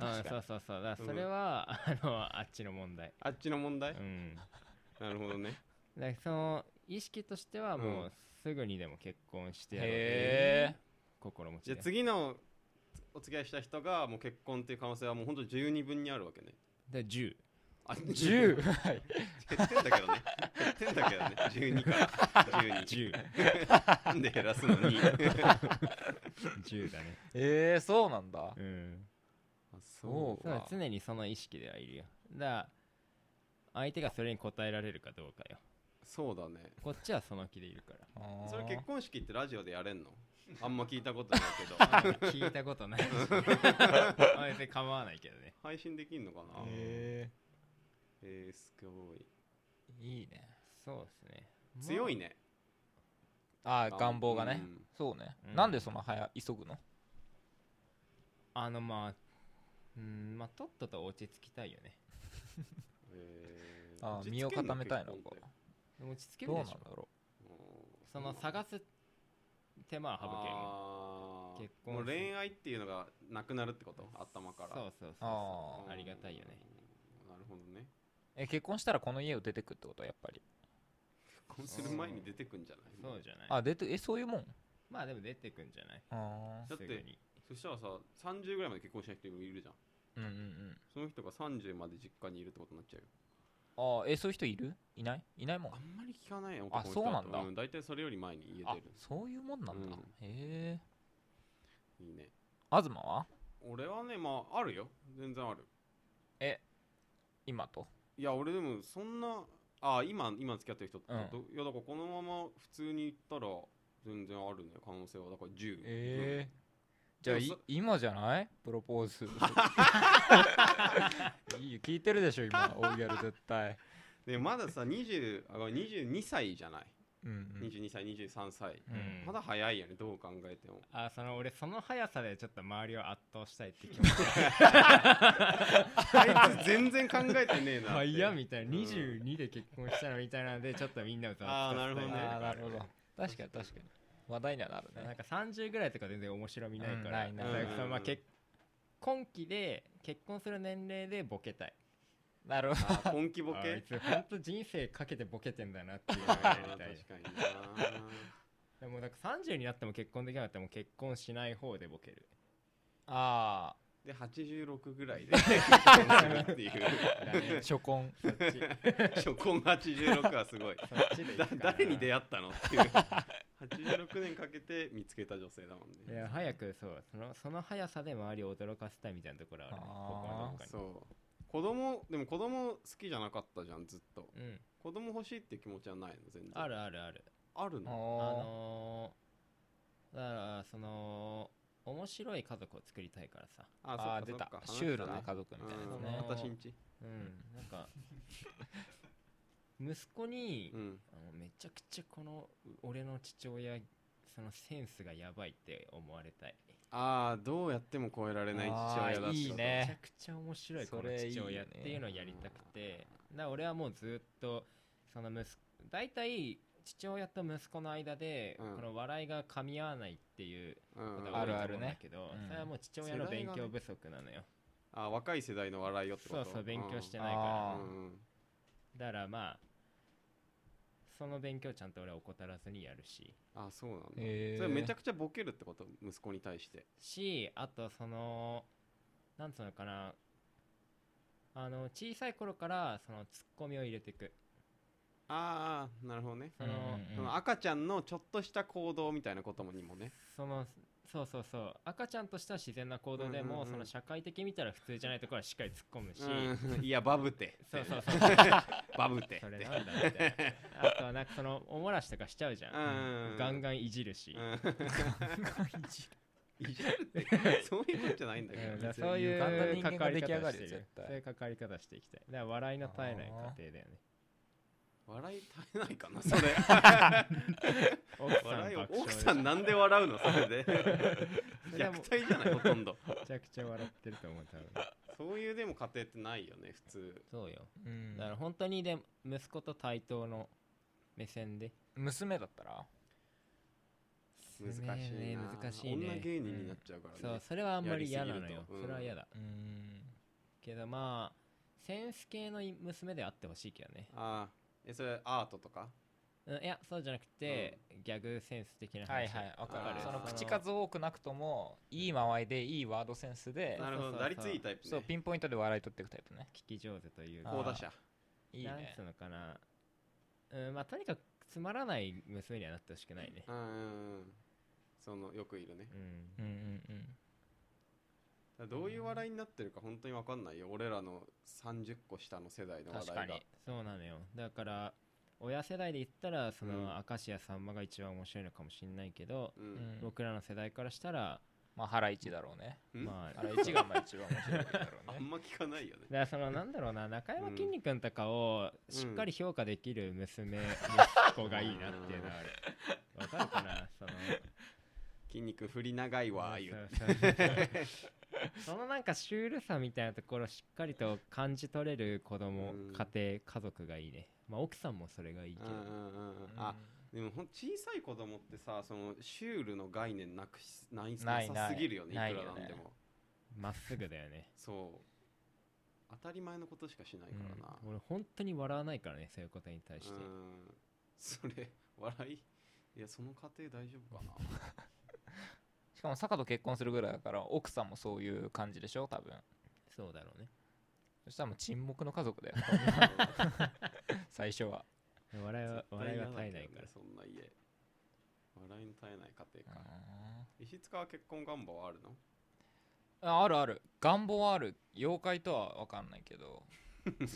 Speaker 1: あ
Speaker 3: 確
Speaker 1: ー
Speaker 3: か
Speaker 1: そう
Speaker 3: に
Speaker 1: そうそうだから
Speaker 2: うん
Speaker 1: それは、あのあっちの問題
Speaker 2: あっちの問題
Speaker 1: うん
Speaker 2: なるほどね
Speaker 1: だからその意識としてはも
Speaker 2: う
Speaker 1: うんすぐにでも結婚してやろうとい
Speaker 3: へ
Speaker 1: う心持ち
Speaker 2: じゃ
Speaker 1: で
Speaker 2: あ次のお付き合いした人がもう結婚っていう可能性はもうほんと十二分にあるわけね
Speaker 1: で10
Speaker 2: あ
Speaker 3: え10
Speaker 2: 減ってんだけどね減ってんだけ どね12から 12なんで減らすの に
Speaker 1: 10だね
Speaker 3: えー、そうなんだ
Speaker 1: うん
Speaker 3: そ
Speaker 1: そ
Speaker 3: う
Speaker 1: うだ
Speaker 3: か
Speaker 1: 常にその意識ではいるよだから相手がそれに応えられるかどうかよ
Speaker 2: そうだね
Speaker 1: こっちはその気でいるか
Speaker 2: それ結
Speaker 3: 構
Speaker 2: 婚式ってラジオでやれんのあんま聞いたことないけ ど
Speaker 1: ら聞いたことないしまあ別に構わないけどね
Speaker 2: 配信できんのかな
Speaker 3: え
Speaker 2: えー、すごい
Speaker 3: ー、いいね
Speaker 1: そうですね
Speaker 2: 強い
Speaker 1: ね
Speaker 2: ね
Speaker 3: ああ願望がね、
Speaker 2: うん
Speaker 3: そうね、
Speaker 1: うん
Speaker 3: なんでその早急ぐの
Speaker 1: あのまあうんまあとっとと落ち着きたいよね
Speaker 2: えー
Speaker 3: あ
Speaker 2: 落
Speaker 3: ー
Speaker 2: ち着けん
Speaker 3: 身を固めたいの
Speaker 2: 結婚
Speaker 3: か
Speaker 2: って
Speaker 1: でも落ち着け
Speaker 3: ど
Speaker 1: る
Speaker 3: うな
Speaker 1: で
Speaker 3: ん
Speaker 1: し
Speaker 3: だ
Speaker 1: ょ
Speaker 3: ろ
Speaker 2: うん
Speaker 1: その探す手間は
Speaker 2: あー
Speaker 1: 結婚
Speaker 2: もう恋愛っていうのがなくなるってこと頭か
Speaker 1: 省け
Speaker 2: ら
Speaker 1: るそうそう
Speaker 3: う
Speaker 1: そう
Speaker 3: あ
Speaker 1: あ
Speaker 3: あ
Speaker 1: りがたいよね
Speaker 2: うんなるほどね
Speaker 3: え結婚したらこの家を出てくってことはやっぱり
Speaker 2: 結婚する前に出てくんじゃない
Speaker 1: そうじゃない
Speaker 3: あ出てえそういうもん
Speaker 1: まあでも出てくんじゃない
Speaker 3: あ
Speaker 2: だ
Speaker 1: す
Speaker 2: って
Speaker 1: ぐに
Speaker 2: そしたらさ30ぐらいまで結婚しない人もいるじゃん
Speaker 3: あうんうんうん
Speaker 2: その人が30まで実家にいるってことになっちゃうよ
Speaker 3: ああえそういう人いるいないいないもん
Speaker 2: あんまり聞かないよ
Speaker 3: あ
Speaker 2: 男の人だと
Speaker 3: そうなんだ
Speaker 2: ん大体それより前に家
Speaker 3: あ
Speaker 2: 出る
Speaker 3: そういうもんなんだ、
Speaker 2: うん
Speaker 3: へえ
Speaker 2: いいね
Speaker 3: 東は
Speaker 2: 俺はねまああるよ全然ある
Speaker 3: 今と
Speaker 2: いや俺でもそんなあ今今付き合ってる人ってこと、いやだからこのまま普通に行ったら全然あるね可能性はだから10
Speaker 3: ええじゃあ
Speaker 2: でも
Speaker 3: い
Speaker 2: そ
Speaker 3: 今じゃないプロポー ズいいよ聞いてるでしょ今大ギャル絶対
Speaker 2: でまださ20あごめん22歳じゃない、
Speaker 3: うんうん
Speaker 2: 22歳23歳、
Speaker 3: うん
Speaker 2: まだ早いよねどう考えても
Speaker 1: あその俺その速さでちょっと周りを圧倒したいって気持ち
Speaker 2: あいつ 全然考えてねえな
Speaker 1: まあ嫌みたいな、
Speaker 2: うん
Speaker 1: 22で結婚したのみたいなのでちょっとみんな歌
Speaker 2: あーなるほどね
Speaker 3: あーなるほど確かに確かに話題にはなる
Speaker 1: なん
Speaker 3: ね
Speaker 1: か30ぐらいとか全然面白みないか
Speaker 3: う
Speaker 1: ら
Speaker 3: ん
Speaker 1: だ
Speaker 3: な
Speaker 1: か
Speaker 3: い
Speaker 2: ない
Speaker 1: らそのまあ
Speaker 2: うん
Speaker 1: 結今期で結婚する年齢でボケたい
Speaker 3: なるほど
Speaker 2: あー根気ボ
Speaker 1: あ
Speaker 2: ケ
Speaker 1: いつほんと人生かけてボケてんだなっていうの
Speaker 2: あ
Speaker 1: がや
Speaker 2: ー確
Speaker 1: りた
Speaker 2: か
Speaker 1: い
Speaker 2: にな
Speaker 1: でもなんか30になっても結婚できなかったらもう結婚しない方でボケる
Speaker 3: あ
Speaker 2: で86ぐ らいで結婚するっていう
Speaker 1: ダメ
Speaker 3: あ初婚
Speaker 1: そっち
Speaker 2: 初婚86はすごい
Speaker 1: そっちで
Speaker 2: だ 誰に出
Speaker 1: 会
Speaker 2: 会ったのっていう86年かけて見つけた女性だもん
Speaker 1: いや
Speaker 2: ね
Speaker 1: 早くそうそのその速さで周りを驚かせたいみたいなところあるねここのどっかに
Speaker 2: そう子供でも子供好きじゃなかったじゃんずっと
Speaker 1: うん
Speaker 2: 子供欲しいっていう気持ちはないの全然
Speaker 1: あるあるある
Speaker 2: ある
Speaker 1: あ
Speaker 2: の
Speaker 3: あの
Speaker 1: のー、だからその面白い家族を作りたいからさ
Speaker 2: あ
Speaker 3: あー
Speaker 2: そ
Speaker 3: 出
Speaker 2: っか
Speaker 3: た
Speaker 2: そっか
Speaker 3: シュールな家族みたい
Speaker 1: ね
Speaker 2: う
Speaker 1: そ
Speaker 2: ん
Speaker 1: の
Speaker 2: 私んち
Speaker 1: うんなんか息子に、
Speaker 2: うん
Speaker 1: あのめちゃくちゃこのう俺の父親そのセンスがやばいって思われたい
Speaker 2: ああどうやっても超えられない父親だった
Speaker 3: あーいいね
Speaker 1: めちゃくちゃ面白い
Speaker 3: そ
Speaker 1: この
Speaker 3: れ
Speaker 1: 父親っていうのをやりたくてだから俺はもうずっとその息子大体父親と息子の間で、
Speaker 2: うん
Speaker 1: この笑いが噛み合わないっていう
Speaker 2: う
Speaker 1: こ
Speaker 2: ん
Speaker 1: と
Speaker 2: あ
Speaker 1: が
Speaker 2: る
Speaker 1: 多
Speaker 3: あ
Speaker 1: いと
Speaker 3: るある
Speaker 1: 思うん
Speaker 3: ね
Speaker 1: だけど、それはもう父親の
Speaker 2: 世代
Speaker 1: 勉
Speaker 2: がね
Speaker 1: 強不足なのよ、
Speaker 2: あ若い世代の笑いよってこ
Speaker 1: そ
Speaker 2: と
Speaker 1: うそう勉強してないから
Speaker 2: う
Speaker 3: あ
Speaker 2: ん
Speaker 3: ー
Speaker 2: うん
Speaker 1: だからまあその勉強ちゃんと俺は怠らずにやるし
Speaker 2: あそうなんだそ
Speaker 3: へー
Speaker 2: れめちゃくちゃボケるってこと息子に対して
Speaker 1: しあとそのなんつうのかなあの小さい頃からそのツッコミを入れていく
Speaker 2: あーあーなるほどね
Speaker 1: その、
Speaker 3: うんうん
Speaker 2: その赤ちゃんのちょっとした行動みたいなこともにもね
Speaker 1: そのそうそうそう赤ちゃんとしては自然な行動でも、
Speaker 2: うんうんうん
Speaker 1: その社会的見たら普通じゃないところはしっかり突っ込むし、
Speaker 2: うん いやバブテ
Speaker 1: そうそうそう
Speaker 2: バブテ
Speaker 1: それなんだみたいなあとはなんかそのおもらしとかしちゃうじゃ、
Speaker 2: うんん
Speaker 1: ガンガンいじるし、
Speaker 2: いじるってそういうことじゃないんだけ
Speaker 1: うん
Speaker 2: ど
Speaker 1: だから
Speaker 2: ね
Speaker 1: そういう
Speaker 3: 歪んだ人間
Speaker 1: 関わ
Speaker 3: が
Speaker 1: り
Speaker 3: 出来上
Speaker 1: 方
Speaker 3: が
Speaker 1: をし
Speaker 3: る
Speaker 1: て
Speaker 3: よ
Speaker 1: る
Speaker 3: 絶対
Speaker 1: そういう関わり方していきたいだから笑いの絶えない
Speaker 3: あ
Speaker 1: 家庭だよね
Speaker 2: 笑い絶えないかなそ れ
Speaker 1: 奥さん
Speaker 2: 笑いを
Speaker 1: 爆笑
Speaker 2: 奥
Speaker 1: でし
Speaker 2: さんなんで笑うのそれ で
Speaker 1: それはも
Speaker 2: 虐
Speaker 1: う
Speaker 2: 待じゃないほとんど
Speaker 1: めちゃくちゃ笑ってると思う多分
Speaker 2: そういうでも家庭ってないよね普通
Speaker 1: そうよ
Speaker 3: うん
Speaker 1: だから本当にで息子と対等の目線で
Speaker 3: 娘だったら
Speaker 2: 難しい
Speaker 1: 攻めるね
Speaker 2: な
Speaker 1: 難しいね
Speaker 2: 女芸人になっちゃうからね、
Speaker 1: そうそれはあんまり嫌なの
Speaker 2: やり
Speaker 1: よ
Speaker 2: すぎ
Speaker 1: そ
Speaker 2: るとうん
Speaker 1: れは嫌だ
Speaker 3: うん
Speaker 1: けどまあセンス系の娘であってほしいけどね
Speaker 2: ああえそれアートとか
Speaker 1: うんいやそうじゃなくてギャグセンス的な
Speaker 3: はい
Speaker 1: 話
Speaker 3: はいわ
Speaker 2: わ
Speaker 3: か
Speaker 2: か
Speaker 3: る
Speaker 2: る
Speaker 3: その
Speaker 2: あー
Speaker 3: 口数多くなくともいい間合いでいいワードセンスで
Speaker 2: なるほ
Speaker 1: そうそうそ
Speaker 2: ど
Speaker 1: う
Speaker 2: 打率いいタイプね
Speaker 3: そうピンポイントで笑い取っていくタイプね
Speaker 1: 聞き上手という
Speaker 3: あ
Speaker 2: 高
Speaker 1: か
Speaker 3: ー
Speaker 2: 打者
Speaker 3: いい
Speaker 1: なん
Speaker 3: ね
Speaker 1: つうのかなうんまあとにかくつまらない娘にはなってほしくないね
Speaker 2: うんうんうんそのよくいるね
Speaker 1: うん
Speaker 3: うんうんうん
Speaker 2: だからどういう笑いになってるか本当に分かんないよ俺らの30個下の世代の笑
Speaker 3: 確
Speaker 2: い
Speaker 3: か
Speaker 2: が
Speaker 3: に
Speaker 1: そうなのよだから親世代で言ったらそ
Speaker 2: うん
Speaker 1: の明石家さんまが一番面白いのかもしれないけど、
Speaker 2: うん
Speaker 3: うん
Speaker 1: 僕らの世代からしたら、
Speaker 3: まあ原市だろうね
Speaker 2: うん
Speaker 1: まあ
Speaker 3: 原 市がまあ一番面白いだろう
Speaker 2: あ
Speaker 3: ね
Speaker 2: んま聞かないよね
Speaker 1: だからそのなんだろうな中山きんに君とかをしっかり評価できる娘、息子がいいなっていうのはあるわかるかなその
Speaker 2: 筋肉振り長いわ 言う
Speaker 1: そうそうそうそうそのなんかシュールさみたいなところしっかりと感じ取れる子供、
Speaker 2: うん
Speaker 1: 家庭家族がいいねまあ奥さんもそれがいいけ
Speaker 2: う
Speaker 1: ど、
Speaker 2: んうんうんうんあでもほん小さい子供ってさそのシュールの概念なくしない
Speaker 3: な
Speaker 2: ないさすぎるよねい
Speaker 3: ない
Speaker 2: くらなん
Speaker 3: ない
Speaker 2: で
Speaker 3: よ
Speaker 2: も、
Speaker 1: まっすぐだよ ね
Speaker 2: そう当たり前のことしかしないからな、
Speaker 1: 俺本当に笑わないからねそういうことに対して、
Speaker 2: うんそれ笑いいやその家庭大丈夫かな
Speaker 3: しかも坂と結婚するぐらいだから奥さんもそういう感じでしょ多分
Speaker 1: そうだろうね
Speaker 3: そしたらもう沈黙の家族 だよ 最初は
Speaker 1: 笑いは笑いは絶え
Speaker 2: 絶対嫌だ
Speaker 1: な
Speaker 2: けどね
Speaker 1: いから
Speaker 2: そんな家笑いの絶えない家庭か、
Speaker 3: あ
Speaker 2: 石塚は結婚願望はあるの
Speaker 3: あるある願望はある妖怪とは分かんないけど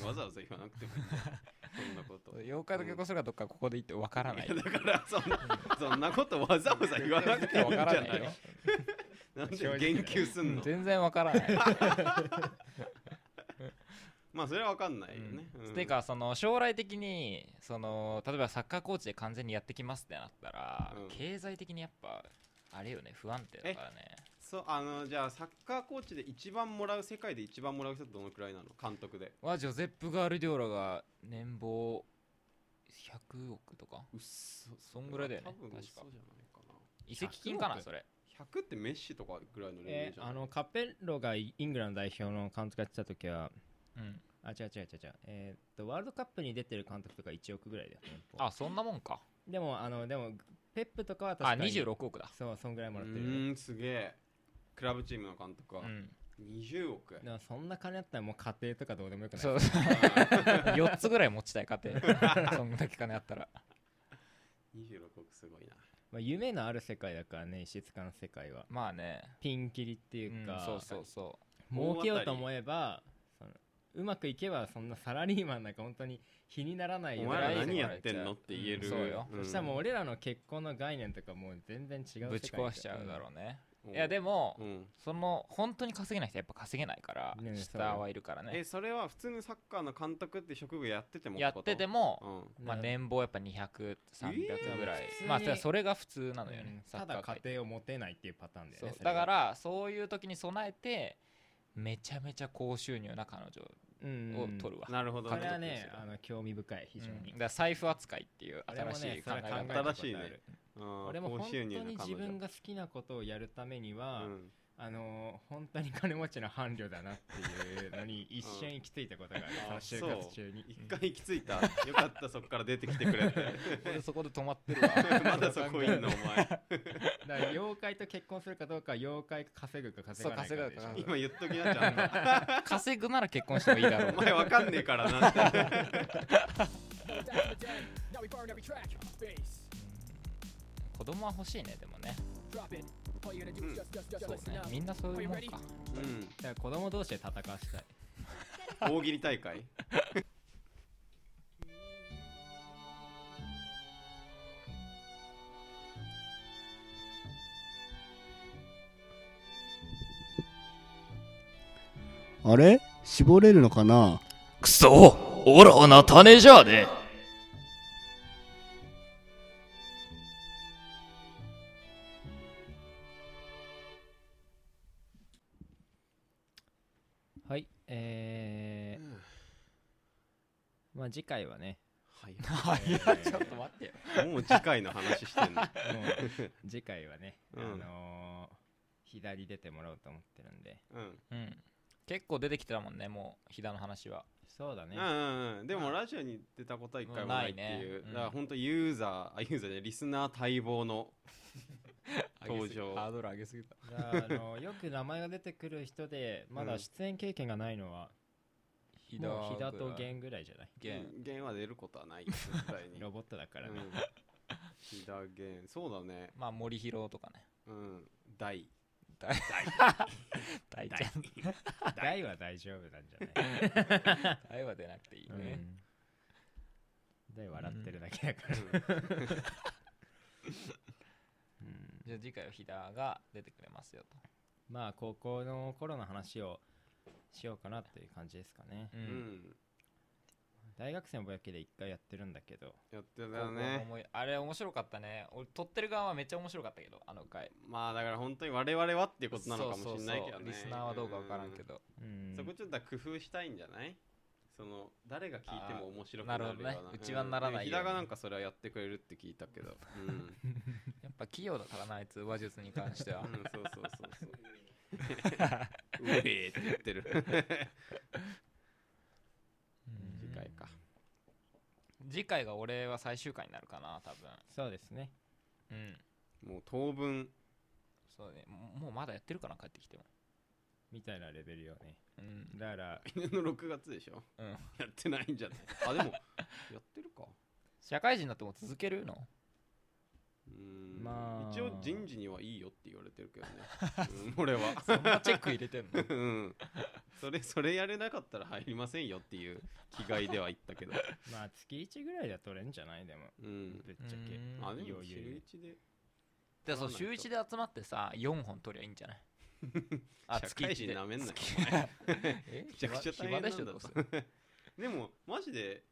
Speaker 2: わざわざ言わなくてもいいじゃんそんなこと
Speaker 3: 妖怪と結婚するかどうかここで言って分からない
Speaker 2: いやだからそん なそんなことわざわざ言わなくていいん
Speaker 3: 分
Speaker 2: じ
Speaker 3: か
Speaker 2: ゃ
Speaker 3: ら
Speaker 2: な
Speaker 3: ないよ
Speaker 2: いなんで言及すんの
Speaker 3: 全然分からない
Speaker 2: まあそれはわかんないよね、うん
Speaker 3: てかその将来的にその例えばサッカーコーチで完全にやってきますってなったら、
Speaker 2: うん
Speaker 3: 経済的にやっぱあれよね不安定だからね
Speaker 2: そうあのじゃあサッカーコーチで一番もらう世界で一番もらう人ってどのくらいなの監督で
Speaker 3: はジョゼップ・ガールディオラが年俸100億とか
Speaker 2: うっそ
Speaker 3: そんぐらいだよね
Speaker 2: 多分
Speaker 3: 確か
Speaker 2: そうじゃないかな
Speaker 3: 移籍金か
Speaker 2: 100
Speaker 3: な
Speaker 2: 億
Speaker 3: それ
Speaker 2: 100ってメッシとかぐらいのレベ
Speaker 1: え
Speaker 2: ルじゃん
Speaker 1: あのカペッロがイングランド代表の監督やってた時は
Speaker 3: うん
Speaker 1: あ違う違う違う違うえーっとワールドカップに出てる監督とか1億ぐらいだよ年俸
Speaker 3: あそんなもんか
Speaker 1: でもあのでもペップとかは確
Speaker 3: あ
Speaker 1: かに
Speaker 3: 26億だ
Speaker 1: そうそんぐらいもらって
Speaker 2: う
Speaker 1: るよね
Speaker 2: ーんすげえクラブチームの監督
Speaker 3: う
Speaker 2: は、
Speaker 3: ん
Speaker 2: 20億
Speaker 1: でもそんな金あったらもう家庭とかどうでもよくない
Speaker 3: そう 4つぐらい持ちたい家庭そんだけ金あったら
Speaker 2: 26億すごい な
Speaker 1: まあ、夢のある世界だからね石塚の世界は
Speaker 3: まあね
Speaker 1: ピンキリって
Speaker 3: う
Speaker 1: いうんか、
Speaker 3: そうそうそ
Speaker 1: 儲けようと思えばそのうまくいけばそんなサラリーマンなんか本当に 比にならない
Speaker 2: お
Speaker 1: よ
Speaker 2: 前ら
Speaker 1: な
Speaker 2: 何やってんのって言える、
Speaker 3: うんそうよ
Speaker 1: そしたらもう俺らの結婚の概念とかもう全然違う世
Speaker 3: う
Speaker 1: 界
Speaker 3: ぶち壊しちゃうだろうねいや
Speaker 2: も、
Speaker 3: でも
Speaker 2: うん
Speaker 3: その本当に稼げない人はやっぱ稼げないから
Speaker 1: ねえ
Speaker 3: 下はいるからね
Speaker 2: えそれは普通のサッカーの監督って職業やってても
Speaker 3: やってても
Speaker 2: も、
Speaker 3: まあ
Speaker 1: ね
Speaker 3: 年俸やっぱ200300ぐらい
Speaker 1: 普通に
Speaker 3: まあそれが普通なのよ
Speaker 1: う
Speaker 3: ね
Speaker 1: ん
Speaker 3: サ
Speaker 1: た
Speaker 3: ッカ
Speaker 1: だ
Speaker 3: ー界
Speaker 1: 家庭を持てないっていうパターンだよ
Speaker 3: そう
Speaker 1: ね
Speaker 3: だからそういう時に備えてめちゃめちゃ高収入な彼女を
Speaker 1: を
Speaker 3: 取るわ
Speaker 2: うん、なるほど
Speaker 1: こ
Speaker 2: ね
Speaker 1: れはねあの興味深い非常
Speaker 3: うん
Speaker 1: に、
Speaker 3: だから財布扱いっていう
Speaker 1: 俺も
Speaker 3: 新
Speaker 1: ね
Speaker 3: しい
Speaker 1: そ
Speaker 3: 考
Speaker 1: れ
Speaker 3: え
Speaker 1: は考
Speaker 3: 方
Speaker 1: えた
Speaker 2: 新しい
Speaker 1: ことあ
Speaker 2: ね
Speaker 1: る
Speaker 2: うん
Speaker 1: 俺も
Speaker 2: 高
Speaker 1: 本
Speaker 2: 収
Speaker 1: 当
Speaker 2: 入
Speaker 1: に
Speaker 2: な彼女
Speaker 1: 自分が好きなことをやるためには、
Speaker 2: うん
Speaker 1: あのー本当に金持ちの伴侶だなっていうのに一瞬行き着いたことがある、
Speaker 2: あ
Speaker 1: その就活中に
Speaker 2: 一回行き着いたよかったそこから出てきてく れて
Speaker 3: 俺そこで止まってるわ
Speaker 2: まだそこいんのお前
Speaker 1: だから妖怪と結婚するかどうかは妖怪が稼ぐか稼がないかでし
Speaker 3: そう稼ぐか
Speaker 1: ょ
Speaker 2: 今言っときなちゃんと
Speaker 3: 稼ぐなら結婚してもいいだろう
Speaker 2: お前わかんねえからなって
Speaker 4: Going back to the day. Now we burn every track. Bass.
Speaker 3: 子供は欲しいねでもね
Speaker 4: Drop it. All you gotta do
Speaker 2: Mm.
Speaker 4: is just, just, just
Speaker 3: そう
Speaker 4: listen
Speaker 3: ね
Speaker 4: up.
Speaker 3: みんなそういうもん
Speaker 4: Are you
Speaker 3: か
Speaker 4: ready?
Speaker 2: うん
Speaker 1: だから子供同士で戦わしたい
Speaker 2: 大喜利大会
Speaker 6: あれ絞れるのかな
Speaker 5: くそオラはなたねえじゃあね
Speaker 1: はいえー、まあ次回はね
Speaker 2: はい
Speaker 3: いやちょっと待ってよ
Speaker 2: もう次回の話して んの
Speaker 1: もう次回はね、
Speaker 2: うん
Speaker 1: あのー左出てもらおうと思ってるんで
Speaker 2: うん
Speaker 3: うん結構出てきてたもんねもう飛騨の話は
Speaker 1: そうだね、
Speaker 2: うんうんうんでもラジオに出たことは一回もないっていう、
Speaker 3: うんないねうん
Speaker 2: だから本当ユーザーあユーザーじゃないリスナー待望 の登場
Speaker 3: ハードル上げすぎた
Speaker 1: じゃあ、あのーよく名前が出てくる人でまだ出演経験がないのは、
Speaker 3: 飛
Speaker 1: もう飛騨
Speaker 3: ぐ
Speaker 1: と
Speaker 3: らい
Speaker 1: 弦ぐらいじゃない
Speaker 3: 弦
Speaker 2: ゲンは出ることはないよ絶対に
Speaker 1: ロボットだからね、
Speaker 2: ひだげんそうだね
Speaker 3: まあ森広とかね
Speaker 2: うん 大
Speaker 3: 大ちゃん
Speaker 1: 大は大丈夫なんじゃない、
Speaker 3: 大は出なくていいね
Speaker 1: うん大笑ってるだけだから、うん
Speaker 3: じゃあ次回は飛騨が出てくれますよと
Speaker 1: まあ高校の頃の話をしようかなっていう感じですかね、
Speaker 3: う
Speaker 2: うん、
Speaker 3: ん
Speaker 1: 大学生のぼやけで一回やってるんだけど
Speaker 2: やって
Speaker 3: 高
Speaker 2: た
Speaker 3: 校の
Speaker 2: ね
Speaker 3: 思いあれ面白かったね俺撮ってる側はめっちゃ面白かったけどあの回
Speaker 2: まあだから本当に我々はっていうことなのかもしれないけど
Speaker 3: そ
Speaker 2: ね
Speaker 3: うそうそうリスナーはどうかわからんけど
Speaker 1: うん
Speaker 2: そこちょっと工夫したいんじゃないその誰が聞いても面白くなるような
Speaker 3: あーなるほどね内輪にならないように
Speaker 2: ひだがなんかそれはやってくれるって聞いたけ どうん
Speaker 3: やっぱ器用だからなあいつ話術に関しては
Speaker 2: うん、そうそう そうそう。うえーって言ってる。 次回か。
Speaker 3: 次回が俺は最終回になるかな多分
Speaker 1: そうですね
Speaker 3: うん
Speaker 2: もう当分、
Speaker 3: そうねももうまだやってるかな帰ってきても
Speaker 1: みたいなレベルよね
Speaker 3: うん
Speaker 1: だから
Speaker 2: 犬の6月でしょ
Speaker 3: うん
Speaker 2: やってないんじゃないあ、でも、やってるか。
Speaker 3: 社会人になっても続けるの
Speaker 2: うーん
Speaker 1: まあ
Speaker 2: 一応人事にはいいよって言われてるけどね。うん俺は。
Speaker 3: そんなチェック入れてんの
Speaker 2: うん。それ、それやれなかったら入りませんよっていう気概では言ったけど。
Speaker 1: まあ月1ぐらいでは取れんじゃないでも
Speaker 2: うん。
Speaker 1: ぶっちゃけ
Speaker 3: うん
Speaker 2: あ、でも
Speaker 1: 余
Speaker 2: 週
Speaker 1: 裕
Speaker 2: 一で。
Speaker 3: でそう週1で集まってさ4本取りゃいいんじ ゃない
Speaker 2: 社会人なめんなよ。
Speaker 3: 月
Speaker 2: お前
Speaker 3: え
Speaker 2: めちゃくちゃ大
Speaker 3: 暇
Speaker 2: 変な
Speaker 3: で
Speaker 2: ん
Speaker 3: しょ
Speaker 2: だ
Speaker 3: どう
Speaker 2: ぞ
Speaker 3: せうん
Speaker 2: でも、マジで、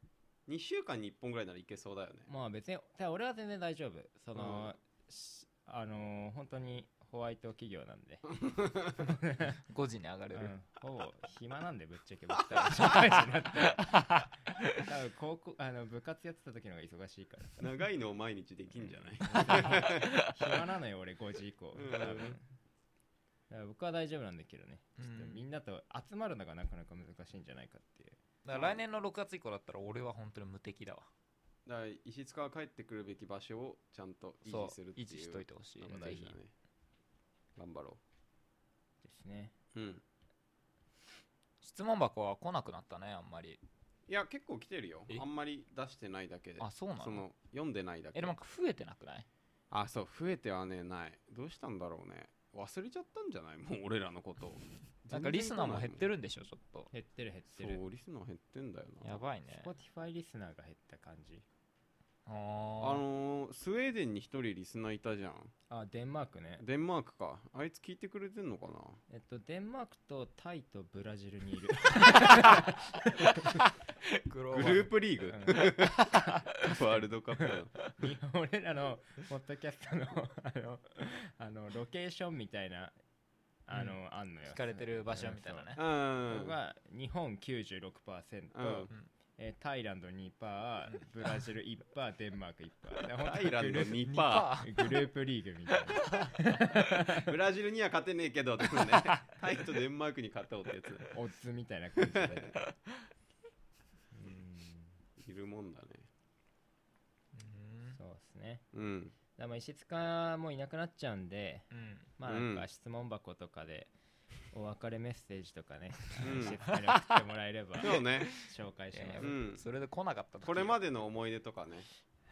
Speaker 2: 2週間に1本ぐらいならいけそうだよね。
Speaker 1: まあ別にただ俺は全然大丈夫その、
Speaker 2: うん
Speaker 1: しあのー本当にホワイト企業なんで、
Speaker 3: 5時に上が
Speaker 1: う
Speaker 3: れ る
Speaker 1: んほぼ暇なんでぶっちゃけ僕多分社会人になって多多分高校あの部活やってた時の方が忙しいからさ
Speaker 2: 長いのを毎日できんじゃない
Speaker 1: 暇なのよ俺5時以降
Speaker 2: うん
Speaker 1: 多分だから僕は大丈夫なんだけどねちょっと
Speaker 3: うん
Speaker 1: みんなと集まるのがなかなか難しいんじゃないかっていう
Speaker 3: だから来年の6月以降だったら俺は本当に無敵だわ
Speaker 2: だから石塚が帰ってくるべき場所をちゃんと維
Speaker 3: そう
Speaker 2: 持するってい
Speaker 3: 維
Speaker 2: う
Speaker 3: 持しといてほしい
Speaker 2: の
Speaker 3: ね
Speaker 2: が
Speaker 3: ぜ
Speaker 2: 大事
Speaker 3: ひ
Speaker 2: だね頑張ろ
Speaker 1: ですね
Speaker 2: ううん
Speaker 3: 質問箱は来なくなったねあんまり
Speaker 2: いや結構来てるよ
Speaker 3: え
Speaker 2: あんまり出してないだけで
Speaker 3: あそうなの
Speaker 2: その読んでないだけ
Speaker 3: えでもなんか増えてなくない
Speaker 2: あそう増えてはねないどうしたんだろうね忘れちゃったんじゃないもう俺らのことを
Speaker 3: なんかリスナーも減って
Speaker 2: る
Speaker 3: るんでしょちょっと
Speaker 1: 減ってる減ってる
Speaker 2: そうリスナー減ってんだよな
Speaker 3: やばいね
Speaker 1: Spotify リスナーが減った感じ
Speaker 3: あ
Speaker 2: あ
Speaker 3: の
Speaker 2: のー、スウェーデンに一人リスナーいたじゃん
Speaker 1: あデンマークね
Speaker 2: デンマークかあいつ聞いてくれてんのかな
Speaker 1: えっとデンマークとタイとブラジルにい る
Speaker 3: グロ
Speaker 2: グ
Speaker 3: ル
Speaker 2: ループリーグワールドカップの
Speaker 1: に 俺らのポッドキャストのあのあのロケーションみたいなあの、あんのよ
Speaker 3: 聞かれてる場所みたいなね
Speaker 2: うん
Speaker 1: そうが日本96%、
Speaker 2: うん
Speaker 1: えータイランド2%ブラジル1%デンマーク1%で
Speaker 2: タイ ランド2%
Speaker 3: パー
Speaker 1: グループリーグみたいな
Speaker 2: ブラジルには勝てねえけどってねタイとデンマークに勝とうってやつ
Speaker 1: オッズみたいな感じで
Speaker 2: いるもんだね
Speaker 3: うん
Speaker 1: そうですね
Speaker 2: うん
Speaker 1: でも石塚もいなくなっちゃうんで
Speaker 3: うん
Speaker 1: まあ
Speaker 2: う
Speaker 1: なんんか質問箱とかでお別れメッセージとかね、
Speaker 2: うん
Speaker 1: 石塚に送ってもらえ れば
Speaker 2: そうね
Speaker 1: 紹介します、
Speaker 2: う
Speaker 3: うんそれで来なかった時
Speaker 2: これまでの思い出とかね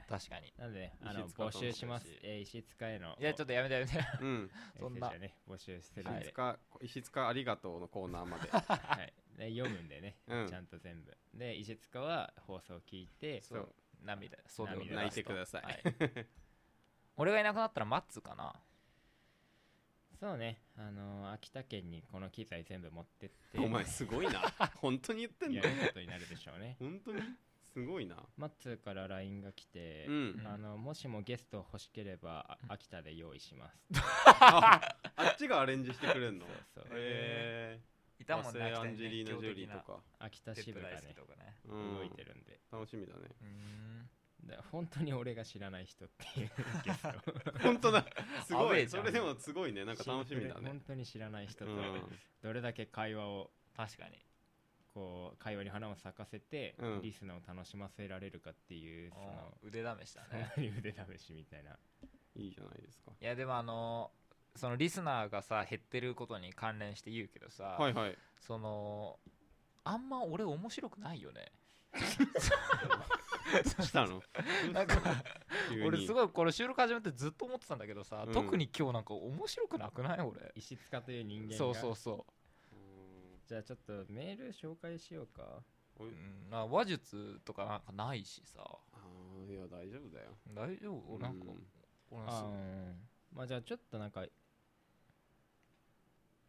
Speaker 3: 確かに
Speaker 1: なんでねあの
Speaker 2: 石塚
Speaker 1: 募
Speaker 2: と
Speaker 1: 集します、えー石塚への
Speaker 3: いやちょっとやめてやめて
Speaker 2: う
Speaker 1: メッ
Speaker 2: ん
Speaker 1: セージはね募集してるん
Speaker 2: 石
Speaker 1: で、
Speaker 2: 塚、石塚ありがとうのコーナーまで
Speaker 1: はい、で読むんでね、
Speaker 2: うん
Speaker 1: ちゃんと全部で石塚は放送を聞いて
Speaker 2: そう
Speaker 3: 涙そうでござ
Speaker 1: 涙
Speaker 3: ま
Speaker 2: 泣い
Speaker 3: す
Speaker 2: てください、
Speaker 3: はい俺がいなくなったらマッツーかな
Speaker 1: そうねあのー秋田県にこの機材全部持ってって
Speaker 2: お前すごいな本当に言ってん
Speaker 1: や
Speaker 2: の
Speaker 1: ることになるでしょう ね
Speaker 2: 本当にすごいな
Speaker 1: マッツーから LINE が来て、
Speaker 2: うん
Speaker 1: あのもしもゲスト欲しければあ秋田で用意します
Speaker 2: ああっちがアレンジしてくれんの
Speaker 1: そうそう
Speaker 2: へえ
Speaker 3: いた
Speaker 2: 和
Speaker 3: もん
Speaker 2: 製
Speaker 3: ね
Speaker 2: アン
Speaker 3: 秋田
Speaker 2: ジェ
Speaker 3: に
Speaker 2: リーナ・ジョリー
Speaker 3: ね
Speaker 2: とか、
Speaker 1: 秋田
Speaker 3: 強
Speaker 1: 支
Speaker 3: 敵
Speaker 1: 部
Speaker 3: な
Speaker 1: が
Speaker 3: ペット大好
Speaker 1: ね
Speaker 3: きとかね
Speaker 2: うん、
Speaker 1: 動いてるんで
Speaker 2: 楽しみだね
Speaker 3: うーん
Speaker 1: で本当に俺が知らない人っていうゲスト
Speaker 2: 本当だす
Speaker 3: アウ
Speaker 2: ご
Speaker 3: ェ
Speaker 2: い
Speaker 3: イじ
Speaker 2: そ
Speaker 3: ゃん
Speaker 2: れでもすごいねなんか楽しみだ
Speaker 1: シンプルに
Speaker 2: ね
Speaker 1: 本当に知らない人
Speaker 2: う
Speaker 1: と
Speaker 2: ん
Speaker 1: どれだけ会話を
Speaker 3: 確かに
Speaker 1: こう会話に花を咲かせて、
Speaker 2: うん
Speaker 1: リスナーを楽しませられるかっていうその
Speaker 3: うん腕試しだね
Speaker 1: その腕試しみたい ない
Speaker 2: いじゃないですか
Speaker 3: いやでもあのそのリスナーがさ減ってることに関連して言うけどさ、
Speaker 2: はい はい
Speaker 3: そのあんま俺面白くないよ ね
Speaker 2: したの
Speaker 3: なんか
Speaker 2: 急に
Speaker 3: 俺すごいこれ収録始めてずっと思ってたんだけどさ、
Speaker 2: うん
Speaker 3: 特に今日なんか面白くなくない俺
Speaker 1: 石塚という人間が
Speaker 3: そうそうそう
Speaker 1: じゃあちょっとメール紹介しようか
Speaker 2: んお
Speaker 3: う、、
Speaker 2: いう
Speaker 3: ん、なんか話術とかなんかないしさ
Speaker 2: あーいや大丈夫だよ
Speaker 3: 大丈夫なんか、
Speaker 2: うん
Speaker 3: 俺
Speaker 1: あーまあじゃあちょっとなんか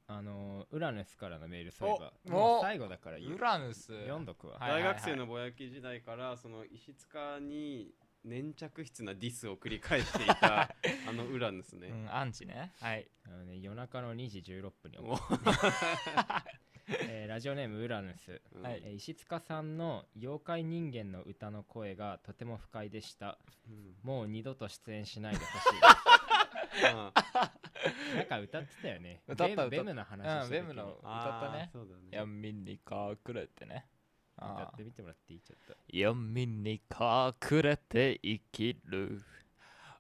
Speaker 1: あのーウラヌスからのメールそういえば
Speaker 3: お
Speaker 1: もう
Speaker 3: お
Speaker 1: 最後だから
Speaker 3: ウラヌス
Speaker 1: 読んどくわ、
Speaker 3: はいはい
Speaker 2: 大
Speaker 3: はい
Speaker 2: 学生のぼやき時代からその石塚に粘着質なディスを繰り返してい たあのウラヌス
Speaker 3: う
Speaker 2: ね、
Speaker 3: ん、アンチねはい
Speaker 1: あのね、夜中の2時16分に送っ
Speaker 2: お
Speaker 1: た、 えーラジオネームウラヌス、
Speaker 2: うん
Speaker 3: はい
Speaker 1: えー石塚さんの「妖怪人間の歌」の声がとても不快でした
Speaker 2: うん
Speaker 1: もう二度と出演しないでほしい
Speaker 2: あ ー
Speaker 1: なんか歌ってたよね
Speaker 3: 歌った
Speaker 1: ベムベム
Speaker 3: 歌った
Speaker 1: の話した時
Speaker 3: うんベ
Speaker 1: に
Speaker 3: ムの歌った
Speaker 2: あ
Speaker 3: ね
Speaker 2: ーそうだね
Speaker 3: 闇に隠れてね
Speaker 1: 歌
Speaker 3: あ
Speaker 1: ってみてもらっていいちょっと
Speaker 5: 闇に隠れて生きる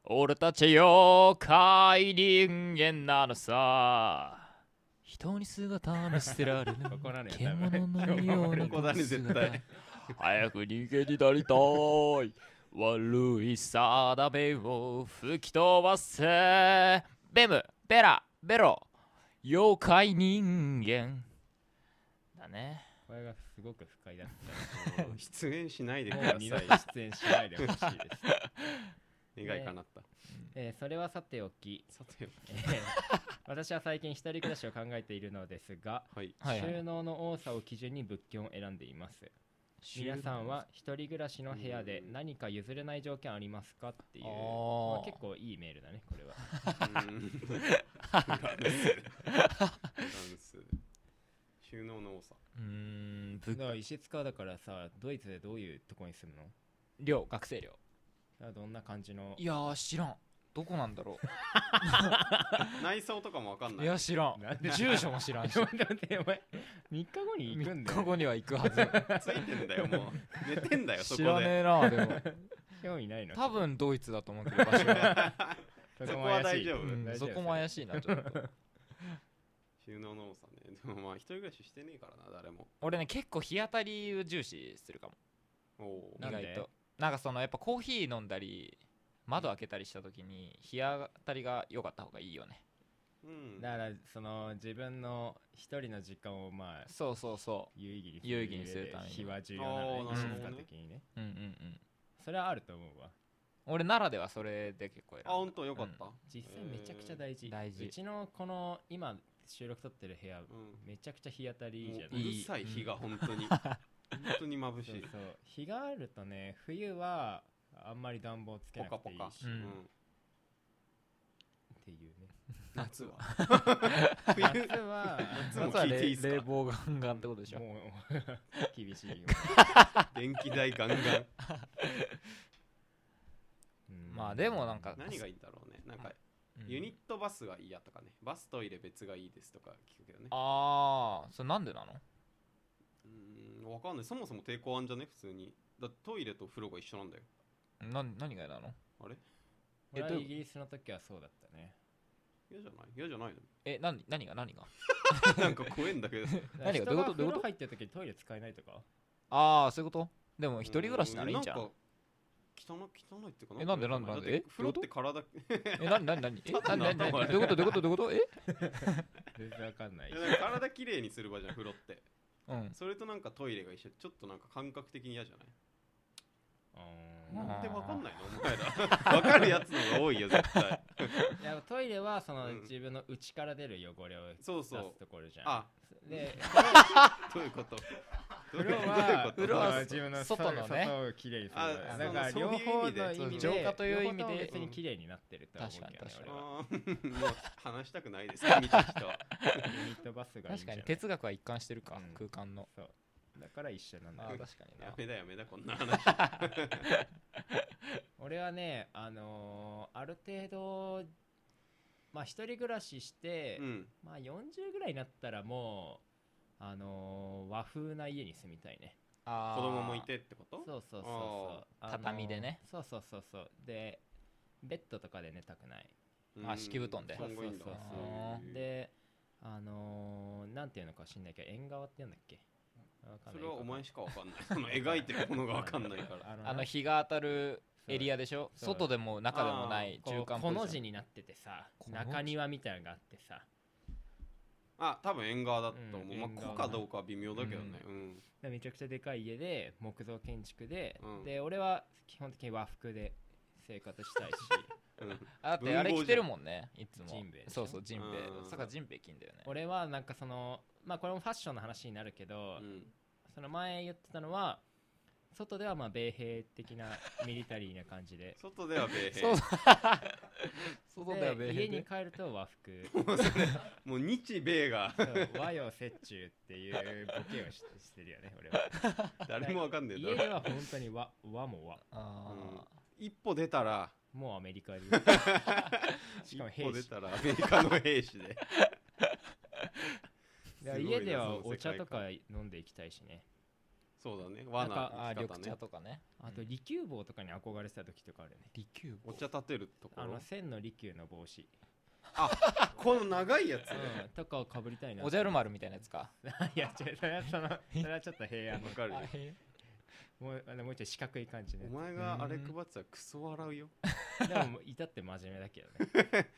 Speaker 5: 俺たち妖怪人間なのさ人に姿見捨てられる
Speaker 1: ここなのよ多
Speaker 5: 獣
Speaker 1: 分
Speaker 5: のような
Speaker 2: ここだね絶対
Speaker 5: 早く逃げになりたい悪い定めを吹き飛ばせベムベラベロ妖怪人間だね
Speaker 1: これがすごく不快だっ
Speaker 2: 出演しないで
Speaker 1: た
Speaker 2: く
Speaker 1: も
Speaker 2: ださ
Speaker 1: う
Speaker 2: い
Speaker 1: 二度と出演しないでほしいです、
Speaker 2: 願いかなった、
Speaker 1: えーそれはさておき、
Speaker 2: さて
Speaker 1: えー 私は最近一人暮らしを考えているのですが
Speaker 2: はい
Speaker 3: はいはい
Speaker 1: 収納の多さを基準に物件を選んでいます皆さんは一人暮らしの部屋で何か譲れない条件ありますかっていう
Speaker 3: あー
Speaker 1: まあ結構いいメールだねこれは
Speaker 2: うんフランスフランス収納の多さ
Speaker 3: ううー ん
Speaker 1: だ
Speaker 3: ぶ
Speaker 1: から石塚だからさドイツでどういうとこに住むの
Speaker 3: 寮学生寮
Speaker 1: だからどんな感じの
Speaker 3: いやー知らんどこなんだろ
Speaker 2: 内装とかもわかん
Speaker 3: う
Speaker 2: ないい
Speaker 3: や知らん
Speaker 1: なんで
Speaker 3: 住所も知らんし
Speaker 1: ちょっと 待ってお前3日後に行くん
Speaker 3: 3
Speaker 1: だ
Speaker 3: 日
Speaker 1: よ
Speaker 3: 後には行くはず
Speaker 2: ついてんだよもう寝てんだよそ
Speaker 3: 知
Speaker 2: こ
Speaker 3: らね
Speaker 2: で
Speaker 3: えなでも
Speaker 1: 興味ないの
Speaker 3: 多分ドイツだと思うけど場所は、
Speaker 1: そ
Speaker 2: そこ
Speaker 1: も
Speaker 2: は
Speaker 1: 怪し
Speaker 2: 大
Speaker 1: い
Speaker 2: 丈夫
Speaker 3: うん
Speaker 1: 大丈夫
Speaker 3: そこも怪しいなちょっと
Speaker 2: 収納の多さねでもまあ一人暮らししてねえからな誰も
Speaker 3: 俺ね結構日当たりを重視するかも
Speaker 2: おお
Speaker 1: なん
Speaker 3: 意
Speaker 1: で
Speaker 3: 外となんかそのやっぱコーヒー飲んだり窓開けたりした時に日当たりが良かった方がいいよね
Speaker 2: うん
Speaker 1: だからその自分の一人の時間をまあ
Speaker 3: そうそうそ
Speaker 1: 有意義に
Speaker 3: 有意義にするために
Speaker 1: 日は重要なの
Speaker 2: あ
Speaker 1: ね
Speaker 2: ーな
Speaker 1: 静
Speaker 2: るほどね
Speaker 1: か的にね
Speaker 3: ううんうんうん
Speaker 1: それはあると思うわ
Speaker 3: 俺奈良ではそれで結構選ん
Speaker 2: あ
Speaker 3: だ
Speaker 2: 本当よかった
Speaker 1: 実際めちゃくちゃ大事、
Speaker 3: へー大事
Speaker 1: うちのこの今収録撮ってる部屋
Speaker 2: うん
Speaker 1: めちゃくちゃ日当たりいいじゃ
Speaker 2: も
Speaker 1: な
Speaker 2: う
Speaker 1: いう
Speaker 2: るさい日が本 当に本当に眩
Speaker 1: そ
Speaker 2: し
Speaker 1: う
Speaker 2: い
Speaker 1: そう日があるとね冬はあんまり暖房つけ
Speaker 2: ポ
Speaker 1: な
Speaker 2: カ
Speaker 1: くて
Speaker 2: ポ
Speaker 1: いい
Speaker 2: カ
Speaker 1: し
Speaker 3: うん
Speaker 1: っていうね
Speaker 2: 夏 は 冬
Speaker 1: 夏は
Speaker 2: 夏も聞いていいっす
Speaker 3: 冷
Speaker 2: か
Speaker 3: 房ガンガンってことでしょ
Speaker 1: もう 厳しいよ、
Speaker 2: 電気代ガンガン
Speaker 1: うん
Speaker 3: まあでもなんか
Speaker 2: 何がいいんだろうねなんか
Speaker 3: うん
Speaker 2: ユニットバスが嫌とかねバストイレ別がいいですとか聞くけどね
Speaker 3: ああそれなんでなの
Speaker 2: うーんわかんないそもそも抵抗あんじゃね普通にだってトイレと風呂が一緒なんだよ
Speaker 3: な何が嫌なの
Speaker 2: あれ
Speaker 1: 俺は
Speaker 3: えどう
Speaker 1: イギリスの時はそうだったね
Speaker 2: 嫌じゃない嫌じゃない
Speaker 3: え何何が何が
Speaker 2: のなんか怖えんだけど
Speaker 3: 何がどういうことど
Speaker 1: 人
Speaker 3: う
Speaker 1: が風呂入
Speaker 3: いうこと
Speaker 1: ってる時にトイレ使えないとか
Speaker 3: ああそういうことでも一人暮らしならいいんじゃ
Speaker 2: うなんか汚汚いっていうか
Speaker 3: えなんでなんで
Speaker 2: だっ
Speaker 3: なんで
Speaker 2: て
Speaker 3: え
Speaker 2: 風呂って体い
Speaker 3: え何何何え
Speaker 2: ただ
Speaker 3: 何
Speaker 2: の
Speaker 3: 何
Speaker 2: 頭
Speaker 3: 何どういうことどういうことどういうことえ
Speaker 1: 全然わかんない
Speaker 2: やなんか体 きれいにする場じゃん風呂って
Speaker 3: うん
Speaker 2: それとなんかトイレが一緒ちょっとなんか感覚的に嫌じゃない
Speaker 1: うん
Speaker 3: まあ
Speaker 2: なんでわかんないのお前 らわかるやつの方が多いよ絶対
Speaker 1: いやトイレはその、
Speaker 2: うん
Speaker 1: 自分の内から出る汚れを出す
Speaker 2: そうそう
Speaker 1: ところじゃん
Speaker 2: あ
Speaker 1: で
Speaker 2: どういうことどう
Speaker 1: 風
Speaker 2: いう
Speaker 1: 呂
Speaker 2: こと
Speaker 1: は
Speaker 2: どういうこと
Speaker 3: は
Speaker 1: 自分の
Speaker 3: 外のね
Speaker 1: 外をきれいにする
Speaker 2: あ
Speaker 1: だから
Speaker 2: そう
Speaker 1: 両方の
Speaker 2: そういう意味で
Speaker 1: 意味で
Speaker 3: そう浄化という意味で
Speaker 1: 両方とも別にきれいになってるとは思うけどね
Speaker 3: 確かに
Speaker 1: 俺は
Speaker 2: あー もう話したくないです見た人は
Speaker 1: ユニットバスがいいん
Speaker 3: 確
Speaker 1: じゃ
Speaker 3: か
Speaker 1: ない
Speaker 3: に哲学は一貫してるか
Speaker 1: うん
Speaker 3: 空間の
Speaker 1: そうだから一緒なんだ
Speaker 3: あ
Speaker 1: よ
Speaker 3: ー確かに
Speaker 2: や
Speaker 3: な
Speaker 2: めだやめだこんな話
Speaker 1: 俺はねあのーある程度まあ一人暮らし して、
Speaker 2: うん
Speaker 1: まあ40ぐらいになったらもうあのー和風な家に住みたいね
Speaker 3: あ
Speaker 2: 子
Speaker 3: ー
Speaker 2: 供もいてってこと
Speaker 1: そうそうそうそう
Speaker 2: あ
Speaker 1: あのー
Speaker 3: 畳でね
Speaker 1: そうそうそうそうでベッドとかで寝たくない
Speaker 3: あ敷布団で
Speaker 2: そうそう
Speaker 1: そうそう
Speaker 3: う
Speaker 1: であのー、なんていうのか知んないけど縁側って言うんだっけわかん
Speaker 2: そ
Speaker 1: ない
Speaker 2: れはお前しかわかんないその描いてるものがわかんない から
Speaker 1: の
Speaker 3: あの日が当たるエリ
Speaker 1: ア
Speaker 3: アでしょ
Speaker 1: そう
Speaker 3: 外でも中でもない
Speaker 1: こ
Speaker 3: 中間
Speaker 1: うこの字になっててさ
Speaker 3: この字
Speaker 1: 中庭みたいなのがあってさ
Speaker 2: あ多分縁側だと思
Speaker 1: う
Speaker 2: うんまあ
Speaker 1: 縁
Speaker 2: こ
Speaker 1: 側
Speaker 2: こかどうかは微妙だけどねうん
Speaker 1: でめちゃくちゃでかい家で木造建築で、
Speaker 2: うん
Speaker 1: で俺は基本的に和服で生活したい し
Speaker 2: うん
Speaker 3: あだってあれ着てるもんねいつも
Speaker 1: ジンベエでしょ
Speaker 3: そうそうジンベ
Speaker 2: うん
Speaker 3: エさかジンベエ着んだよね
Speaker 1: 俺はなんかそのまあこれもファッションの話になるけど、
Speaker 2: うん
Speaker 1: その前言ってたのは外ではまあ米兵的なミリタリーな感じで
Speaker 2: 外では米兵
Speaker 3: そう 外では
Speaker 1: で
Speaker 3: 米
Speaker 1: 家
Speaker 3: 兵
Speaker 1: に
Speaker 3: で
Speaker 1: 帰ると和服
Speaker 2: もうそれもう日米が
Speaker 1: そう和洋折衷っていうボケをししてるよね俺は
Speaker 2: 誰もわかんねえ
Speaker 1: 家
Speaker 2: だ
Speaker 1: で
Speaker 2: ろ
Speaker 1: は本当に和和も和
Speaker 3: あ
Speaker 2: うん一歩出たら
Speaker 1: もうアメリカ にし
Speaker 2: 一
Speaker 1: かも
Speaker 2: 歩
Speaker 1: 兵
Speaker 2: 出
Speaker 1: 士
Speaker 2: たらアメリカの兵士で
Speaker 1: だから
Speaker 2: すごいな
Speaker 1: 家で
Speaker 2: その
Speaker 1: は
Speaker 2: 世界
Speaker 1: お茶と
Speaker 2: 観
Speaker 1: か飲んでいきたいしね
Speaker 2: そうだね
Speaker 3: ー
Speaker 2: 罠
Speaker 3: なんかあー
Speaker 2: の
Speaker 3: 緑
Speaker 2: 仕方
Speaker 3: 茶
Speaker 2: ね
Speaker 3: とかね
Speaker 1: あと利休坊とかに憧れてた時とかあるよね
Speaker 3: 利休
Speaker 2: お茶立てるとこ
Speaker 1: あ
Speaker 2: ろ
Speaker 1: の千の利休の帽子、
Speaker 2: この長いやつ
Speaker 1: とかをかぶりたいな
Speaker 3: おじゃる丸みたいなやつか
Speaker 1: いや違うそれはそのそれはちょっと平 安の
Speaker 2: わかるよ
Speaker 3: あへ
Speaker 1: もうあのもうちょい四角い感じね
Speaker 2: お前があれ配ってたらクソ笑 うよ
Speaker 1: でもいたって真面目だけど ね
Speaker 2: め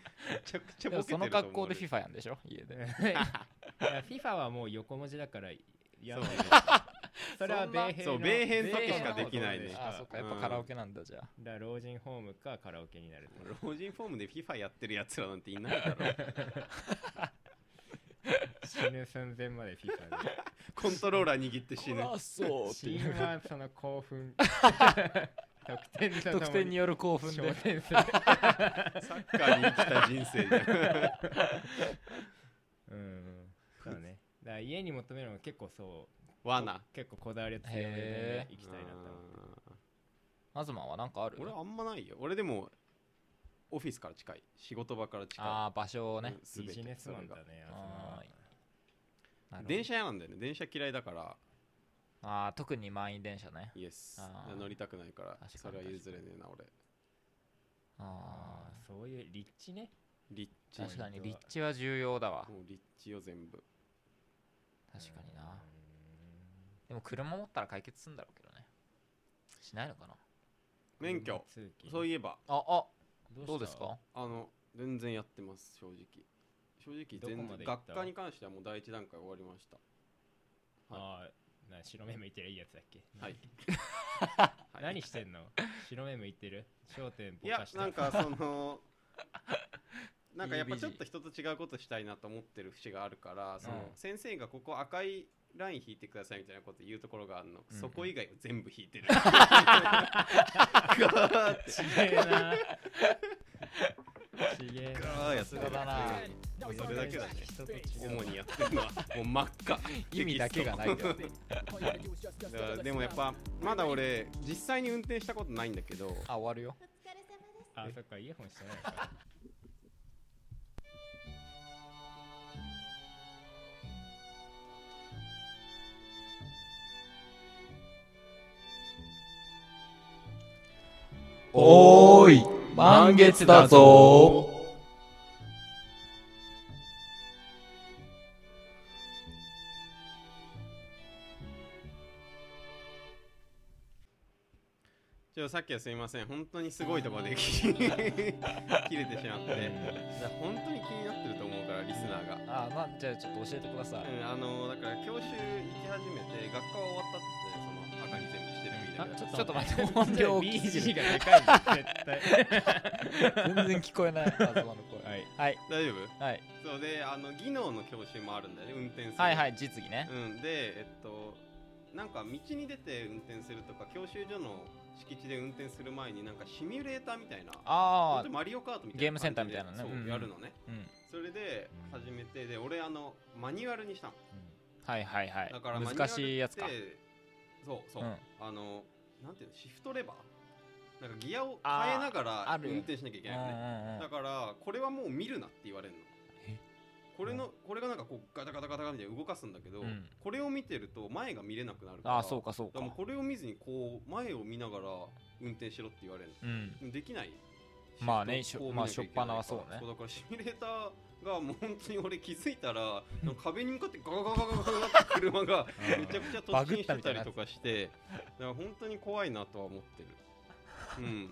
Speaker 2: ちゃくち
Speaker 3: え
Speaker 2: ゃ
Speaker 3: で
Speaker 2: ボ
Speaker 3: も
Speaker 2: ケてる
Speaker 3: そ
Speaker 2: と
Speaker 3: の
Speaker 2: 思わ
Speaker 3: 格好で
Speaker 2: れる
Speaker 3: FIFA やんでしょ家で
Speaker 1: FIFA はもう横文字だからやばい
Speaker 2: そう
Speaker 1: それは米兵
Speaker 2: そう
Speaker 1: の
Speaker 2: 米兵作しかできないね
Speaker 1: 米兵の方
Speaker 3: あーそっかやっぱカラオケなんだじゃあ
Speaker 1: だから老人ホームかカラオケになる
Speaker 2: 老人フォームで FIFA やってるやつらなんていないだろ
Speaker 1: 死ぬ寸前まで FIFA で
Speaker 2: コントローラー握って 死ぬ
Speaker 3: あそう って
Speaker 1: 死因
Speaker 3: いう
Speaker 1: はその興 奮得点ととも
Speaker 3: 得点による興奮で
Speaker 1: 昇天する
Speaker 2: サッカーに生きた人生じゃん
Speaker 1: うんそうねだから家に求めるのが結構そう
Speaker 2: 罠
Speaker 1: 結構こだわりを強め
Speaker 3: へ
Speaker 1: で
Speaker 2: 行
Speaker 1: 行きたいなと思って
Speaker 3: マズマンはなんかある
Speaker 2: 俺あんまないよ俺でもオフィスから近い仕事場から近い
Speaker 3: ああ場所をね
Speaker 2: うん、全
Speaker 1: ビ
Speaker 2: て
Speaker 1: ジネスマンだねあそこは
Speaker 3: あーなるほど
Speaker 2: 電車嫌なんだよね電車嫌いだから
Speaker 3: あー特に満員電車ね
Speaker 2: イエス
Speaker 3: あー
Speaker 2: 乗りたくないから
Speaker 3: 確かに
Speaker 2: それは譲れねえな俺
Speaker 3: あ
Speaker 1: あーそういう立地ね
Speaker 2: 立
Speaker 3: ー
Speaker 2: 地
Speaker 3: 確かに
Speaker 1: ポイント
Speaker 3: 立
Speaker 1: は
Speaker 3: 地は重要だわ
Speaker 2: もう立地よ全部
Speaker 3: 確かになでも車持ったら解決するんだろうけどねしないのかな
Speaker 2: 免許
Speaker 1: 車通勤
Speaker 2: そういえば
Speaker 3: ああ
Speaker 1: した
Speaker 3: どうですか
Speaker 2: あの全然やってます正直正直
Speaker 1: どこ
Speaker 2: 全
Speaker 1: まで
Speaker 2: 然
Speaker 1: 行った
Speaker 2: 学科に関してはもう第一段階終わりました
Speaker 1: あーな白目向いてるいいやつだっけ
Speaker 2: はいはい
Speaker 1: 何してんの白目向いてる焦点
Speaker 2: い
Speaker 1: ぼ
Speaker 2: や
Speaker 1: かして
Speaker 2: なんか そのなんかやっぱ
Speaker 3: EBG
Speaker 2: ちょっと人と違うことしたいなと思ってる節があるからその
Speaker 3: うん
Speaker 2: 先生がここ赤いライン引いてくださいみたいなこと言うところがあるの、
Speaker 3: うん
Speaker 2: そこ以外は全部引いてる
Speaker 1: ちげえなちげえな
Speaker 2: ガーやって
Speaker 3: さす
Speaker 2: る
Speaker 3: がだな
Speaker 2: うんそれだけだね
Speaker 1: 人と違
Speaker 2: 主にやってるのはもう真っ 赤
Speaker 3: 意味だけがないけど
Speaker 2: だからでもやっぱまだ俺実際に運転したことないんだけど
Speaker 3: あ終わるよ
Speaker 1: あそっかイヤホンしてないのか
Speaker 5: おーい満月だぞ
Speaker 2: ちょっとさっきはすいません本当にすごいところで切れてしまって本当に気になってると思うからリスナーが
Speaker 3: あーまあじゃあちょっと教えてください
Speaker 2: うん、あのだから教習行き始めて学科は終わったってその赤に全部してるみたいな
Speaker 3: ちょっと待って音量大きすぎ
Speaker 1: BG
Speaker 3: る
Speaker 1: がでかいんだ絶対
Speaker 3: 全然聞こえないマズマの声
Speaker 1: はい
Speaker 3: はい
Speaker 2: 大丈
Speaker 3: はい
Speaker 2: 夫そうであの技能の教習もあるんだよね運転する、
Speaker 3: はいはいい実技ね
Speaker 2: うん、でえっとなんか道に出て運転するとか教習所の敷地で運転する前になんかシミュレーターみたいな本
Speaker 3: あ
Speaker 2: 当
Speaker 3: あ
Speaker 2: にマリオカートみたいな
Speaker 3: ゲームセンターみたいなね
Speaker 2: 感じでそう
Speaker 3: うん
Speaker 2: やるのね
Speaker 3: うん
Speaker 2: それで始めてで俺あのマニュアルにしたの
Speaker 3: はいはいは
Speaker 2: だからマ
Speaker 3: い
Speaker 2: ニュアル
Speaker 3: 難しいやつか
Speaker 2: ってそうそう、
Speaker 3: うん
Speaker 2: あのなんていうのシフトレバーなんかギアを
Speaker 3: あー
Speaker 2: 変えなが
Speaker 3: あ
Speaker 2: ら
Speaker 3: るよ
Speaker 2: 運転しなきゃいけないよね
Speaker 3: うんうんうん
Speaker 2: だからこれはもう見るなって言われるの
Speaker 3: え
Speaker 2: これのこれがなんかこうガタガタガタガタみたいに動かすんだけど、
Speaker 3: うん
Speaker 2: これを見てると前が見れなくなるから
Speaker 3: ああそうかそう
Speaker 2: だ
Speaker 3: から
Speaker 2: もうこれを見ずにこう前を見ながら運転しろって言われる
Speaker 3: うん
Speaker 2: のできない
Speaker 3: まあね
Speaker 2: シフトを
Speaker 3: しょまあ
Speaker 2: こう見なきゃいけないから
Speaker 3: 初っ端はそうね
Speaker 2: だからシミュレーターがもう本当に俺気づいたらなんか壁に向かってガガガガガガガって車がめちゃくちゃ突進してたりとかして、だから本当に怖いなとは思ってる。うん、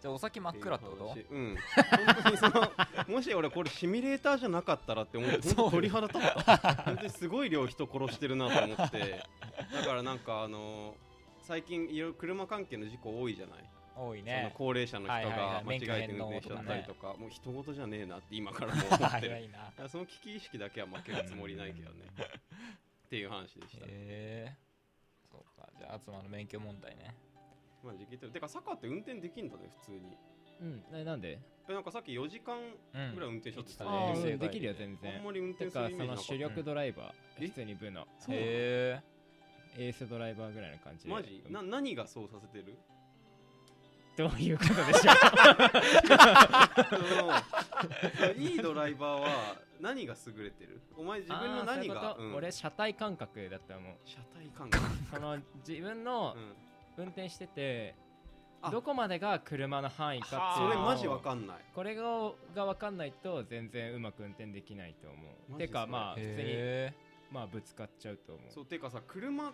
Speaker 3: じゃあお先真っ暗ってこと
Speaker 2: ていう話うん。本当にその、もし俺これシミュレーターじゃなかったらって思って、本当鳥肌立った。本当にすごい量人殺してるなと思って、だからなんかあの最近いろいろ車関係の事故多いじゃない、
Speaker 3: 多い
Speaker 2: その
Speaker 3: ね
Speaker 2: 高齢者の人
Speaker 3: はいはいは
Speaker 2: が
Speaker 3: い
Speaker 2: 間違えて運転しちゃったりとか、もう人事じゃねえなって今からも 思ってる
Speaker 3: 早いな
Speaker 2: だからその危機意識だけは負けるつもりないけどねっていう話で した、
Speaker 3: へえそうかじゃあ東の免許問題ね
Speaker 2: まあ時期とてかサッカーって運転できんだね普通に
Speaker 1: うんえなんで
Speaker 2: えなんかさっき4時間ぐらい運転しようって言
Speaker 1: あー
Speaker 2: ってた
Speaker 1: う
Speaker 2: ね
Speaker 1: んできるよ全
Speaker 2: あん
Speaker 1: 然
Speaker 2: まり運転
Speaker 1: て
Speaker 2: する
Speaker 1: か
Speaker 2: イメ
Speaker 1: そ
Speaker 2: ージな
Speaker 1: の
Speaker 2: かっ
Speaker 1: 主力ドライバー
Speaker 2: え
Speaker 1: 普通に部の
Speaker 2: うなの
Speaker 3: へ
Speaker 1: エースドライバーぐらいの感じ
Speaker 2: た
Speaker 1: で
Speaker 2: マジな何がそうさせて る
Speaker 1: どういうことでしょう
Speaker 2: そのいいドライバーは何が優れてるお前自分の何が
Speaker 1: あーそういうこと俺車体感覚だったもん
Speaker 2: 車体感覚、
Speaker 1: その自分の
Speaker 2: うん、
Speaker 1: 運転してて
Speaker 2: あ
Speaker 1: どこまでが車の範囲かってい
Speaker 2: そうれ
Speaker 1: のを
Speaker 2: マジわかんない
Speaker 1: これがが分かんないと全然うまく運転できないと思
Speaker 2: マ
Speaker 1: う。
Speaker 2: ジ
Speaker 1: て
Speaker 2: そ
Speaker 1: か
Speaker 2: れ
Speaker 1: まあ
Speaker 3: え
Speaker 1: 普通に
Speaker 3: へ
Speaker 1: まあぶつかっちゃうと思う。
Speaker 2: そうてかさ車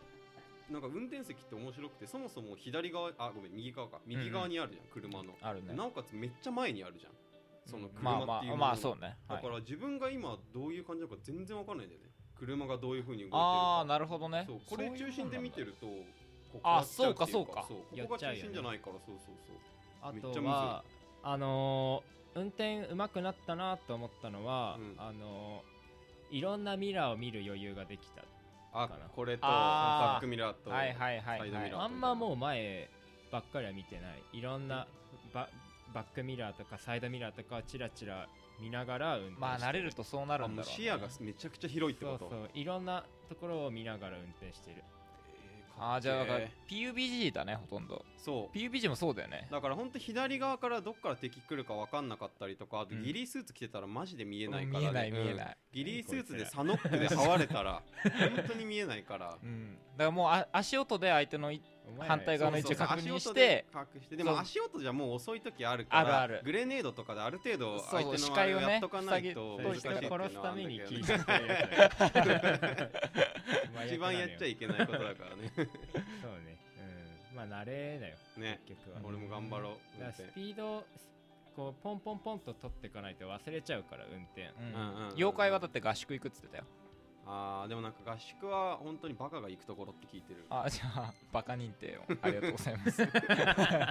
Speaker 2: なんか運転席って面白くてそもそも左側あごめん右側か右側にあるじゃん、車の
Speaker 3: えあるね
Speaker 2: なおかつめっちゃ前にあるじゃんその
Speaker 3: ま
Speaker 2: 車
Speaker 3: あま
Speaker 2: っていうも
Speaker 3: あ
Speaker 2: の
Speaker 3: まあそうねは
Speaker 2: だ
Speaker 3: い
Speaker 2: から自分が今どういう感じなのか全然わかんないんだよね車がどういう風に動いてる
Speaker 3: ああ
Speaker 2: か
Speaker 3: なるほどね
Speaker 2: そうこれ
Speaker 3: そういう
Speaker 2: 中心で
Speaker 3: もんなんだ
Speaker 2: 見てるとこ
Speaker 3: あ
Speaker 2: なっちゃってい
Speaker 3: そうか
Speaker 2: そう
Speaker 1: やっ
Speaker 2: ここ
Speaker 1: ちゃ
Speaker 2: が
Speaker 1: うよね
Speaker 2: 中心じゃないからそうそうそう
Speaker 1: あ
Speaker 2: めっちゃむずい
Speaker 1: とはあのー運転うまくなったなと思ったのは、
Speaker 2: うん
Speaker 1: あのーいろんなミラーを見る余裕ができた。
Speaker 2: あ
Speaker 1: かな
Speaker 2: これとバ
Speaker 3: あー
Speaker 2: ックミラーと
Speaker 3: はいはいはいは
Speaker 2: サイ
Speaker 3: い
Speaker 2: ドミラー
Speaker 1: あんまもう前ばっかりは見てない。いろんなババックミラーとかサイドミラーとかチラチラ見ながら運転して
Speaker 3: まあ慣れるとそうなる
Speaker 2: あ
Speaker 3: ん
Speaker 2: もう
Speaker 3: だろう、ね、
Speaker 2: 視野がめちゃくちゃ広いって
Speaker 1: そ
Speaker 2: こ
Speaker 1: う
Speaker 2: と
Speaker 1: そういろんなところを見ながら運転してる
Speaker 3: あーじゃあだから
Speaker 2: え
Speaker 3: PUBG だねほとんど
Speaker 2: そう
Speaker 3: PUBG もそうだよね
Speaker 2: だから本当左側からどっから敵来るか分かんなかったりとかあと
Speaker 3: うん
Speaker 2: ギリースーツ着てたらマジで見えないから、ね
Speaker 3: 見えない見え
Speaker 2: うん
Speaker 3: ない、
Speaker 2: ギリースーツでサノックで這われた ら本当に見えないから
Speaker 3: うんだからもうあ足音で相手のい
Speaker 1: お前ら
Speaker 3: 反対側の位置を
Speaker 2: そうそう
Speaker 3: 確認
Speaker 2: 足
Speaker 3: し
Speaker 2: 音で
Speaker 3: て
Speaker 2: 隠してでも
Speaker 3: そう
Speaker 2: 足音じゃもう遅い時あるから
Speaker 3: あるある
Speaker 2: グレネードとかである程度相
Speaker 3: そう
Speaker 2: 手
Speaker 3: 視
Speaker 2: のあ
Speaker 3: 界
Speaker 2: れ
Speaker 3: を
Speaker 2: を
Speaker 3: ね
Speaker 2: やっとかない と
Speaker 1: そう
Speaker 3: 塞ぎ
Speaker 2: 難し
Speaker 1: 人
Speaker 2: い
Speaker 1: を
Speaker 2: っていうのは
Speaker 1: 殺すために
Speaker 2: あるんだけどね
Speaker 1: 聞いてるやつだ
Speaker 2: 一番やっちゃ
Speaker 1: い
Speaker 2: いけないことだからね
Speaker 1: そうねうんまあ慣れだよ
Speaker 2: ね
Speaker 1: 結局は
Speaker 2: 俺も頑張ろう運
Speaker 1: だから
Speaker 2: 転
Speaker 1: スピードをこうポンポンポンと取っていかないと忘れちゃうから運転
Speaker 3: うん
Speaker 2: うんうんうん
Speaker 3: 妖怪はだって合宿行くっつってたよ
Speaker 2: あーでもなんか合宿は本当にバカが行くところって聞いてる
Speaker 3: あーじゃあバカ認定をありがとうござい ます
Speaker 1: 話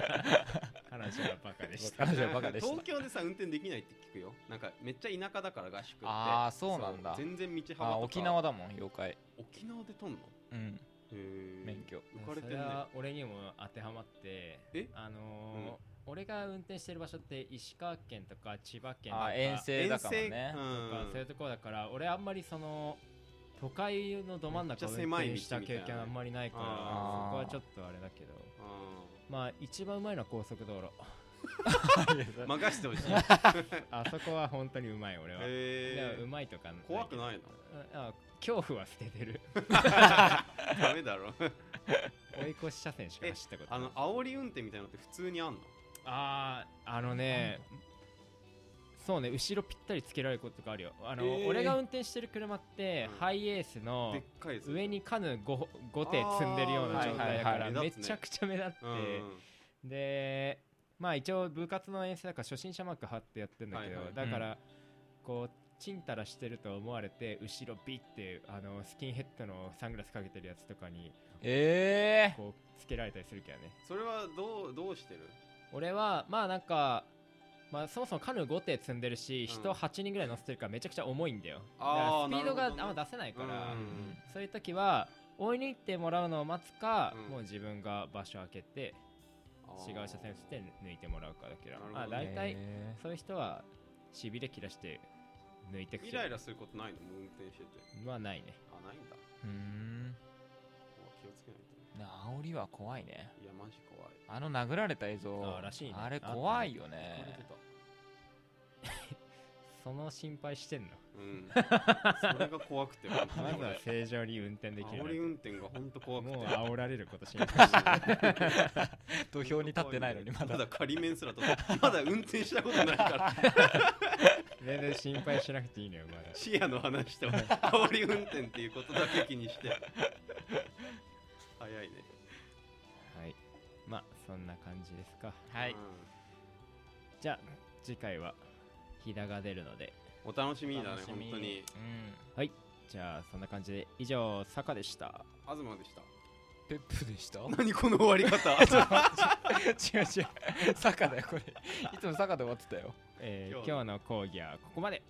Speaker 1: はバカでした
Speaker 3: 彼女はバカでした
Speaker 2: 東京でさ運転できないって聞くよなんかめっちゃ田舎だから合宿って
Speaker 3: ああそうなんだ
Speaker 2: そう全然道幅とか
Speaker 3: あー沖縄だもん妖怪
Speaker 2: 沖縄でとんの
Speaker 3: うん
Speaker 2: へー
Speaker 3: 免許
Speaker 2: 浮かれて
Speaker 1: そ
Speaker 2: んね
Speaker 1: れは俺にも当てはまって
Speaker 2: え
Speaker 1: あのー
Speaker 2: うん
Speaker 1: 俺が運転してる場所って石川県とか千葉県とか
Speaker 3: あー遠征だから
Speaker 2: 遠
Speaker 3: ね
Speaker 2: 征
Speaker 1: とか
Speaker 2: うん
Speaker 1: そういうところだから俺あんまりその都会のど真ん中を
Speaker 2: め
Speaker 1: 運
Speaker 2: っちゃ狭い道
Speaker 1: 転した経験あんまりないから
Speaker 2: みたいな
Speaker 3: ね
Speaker 1: そこはちょっとあれだけど
Speaker 2: う
Speaker 1: まあ一番うまいのは高速道路
Speaker 2: ん任してほしい
Speaker 1: あそこは本当にうまい俺は、
Speaker 2: へ
Speaker 1: う
Speaker 2: ー
Speaker 1: まいとかない
Speaker 2: 怖くないの
Speaker 1: あ恐怖は捨てて る
Speaker 2: ダメだろ
Speaker 1: 追い越し車線しか走ったこと
Speaker 2: あ
Speaker 1: ない
Speaker 2: の煽り運転みたいなのって普通にあんの
Speaker 1: あーあのねそうね後ろぴったりつけられることがあるよあの、
Speaker 2: えー
Speaker 1: 俺が運転してる車って、
Speaker 2: うん
Speaker 1: ハイエースの
Speaker 2: でっかいやつ
Speaker 1: 上にカヌー 5, 5手積んでるような状態だから
Speaker 2: あーはいはいはい目
Speaker 1: め
Speaker 2: 立つね
Speaker 1: ちゃくちゃ目立って、
Speaker 2: うんうん
Speaker 1: でまあ一応部活の遠征だから初心者マーク貼ってやってんだけど、
Speaker 2: はいはい
Speaker 1: だから、こうちんたらしてると思われて後ろビッてあのスキンヘッドのサングラスかけてるやつとかに
Speaker 3: ええ
Speaker 1: こうつけられたりするけどね
Speaker 2: それはどうどうしてる
Speaker 1: 俺はまあなんかまあ、そもそもカヌー5手積んでるし、
Speaker 2: うん
Speaker 1: 人8人ぐらい乗せてるからめちゃくちゃ重いんだよだ
Speaker 2: あ
Speaker 1: か
Speaker 2: ー
Speaker 1: らスピードが
Speaker 2: な
Speaker 1: あ
Speaker 2: るほどね
Speaker 1: んま出せないから、
Speaker 2: うん
Speaker 1: そういう時は追い抜いてもらうのを待つか、
Speaker 2: うん
Speaker 1: もう自分が場所開けて
Speaker 2: あー
Speaker 1: 違う車線して抜いてもらうかだけど
Speaker 2: なるほどね
Speaker 1: まあ大体
Speaker 3: え
Speaker 1: そういう人はしびれ切らして抜いてく
Speaker 2: イ
Speaker 1: け
Speaker 2: ライ
Speaker 1: ど
Speaker 2: ラすることないのもう運転してて
Speaker 1: まあないね
Speaker 2: あないんだ
Speaker 3: ーうーん
Speaker 2: 気をつけないと
Speaker 3: 煽りは怖いね
Speaker 2: いやマジ怖い
Speaker 3: あの殴られた映像
Speaker 1: あーらしいね
Speaker 3: あれ怖いよね
Speaker 2: 疲れてた
Speaker 1: その心配してんの
Speaker 2: うん、それが怖 くて、本当
Speaker 1: ま
Speaker 2: に
Speaker 1: ずは
Speaker 2: 俺
Speaker 1: 正常に運転できる
Speaker 2: 煽り運転が本当怖くて。
Speaker 1: もう煽られること 心配
Speaker 3: 土俵に立ってないのにまだ
Speaker 2: まだ仮面すらと、まだ運転したことないから、
Speaker 1: 全然心配しなくていいのよまだ
Speaker 2: 視野の話と煽り運転っていうことだけ気にして。早いね。
Speaker 1: はいまあそんな感じですか
Speaker 3: はい
Speaker 2: うん
Speaker 1: じゃあ次回は飛騨が出るので
Speaker 2: お楽しみだね
Speaker 3: 楽、し
Speaker 2: 本
Speaker 3: み
Speaker 2: 当に。
Speaker 3: うん
Speaker 1: じゃあそんな感じで以上坂でした
Speaker 2: 東でした。
Speaker 3: ペップでした 違う
Speaker 2: 何この終わり方
Speaker 3: 違う坂だよこれいつも坂で終わってたよ
Speaker 1: えー
Speaker 2: 今日の
Speaker 1: 今日の講義はここまで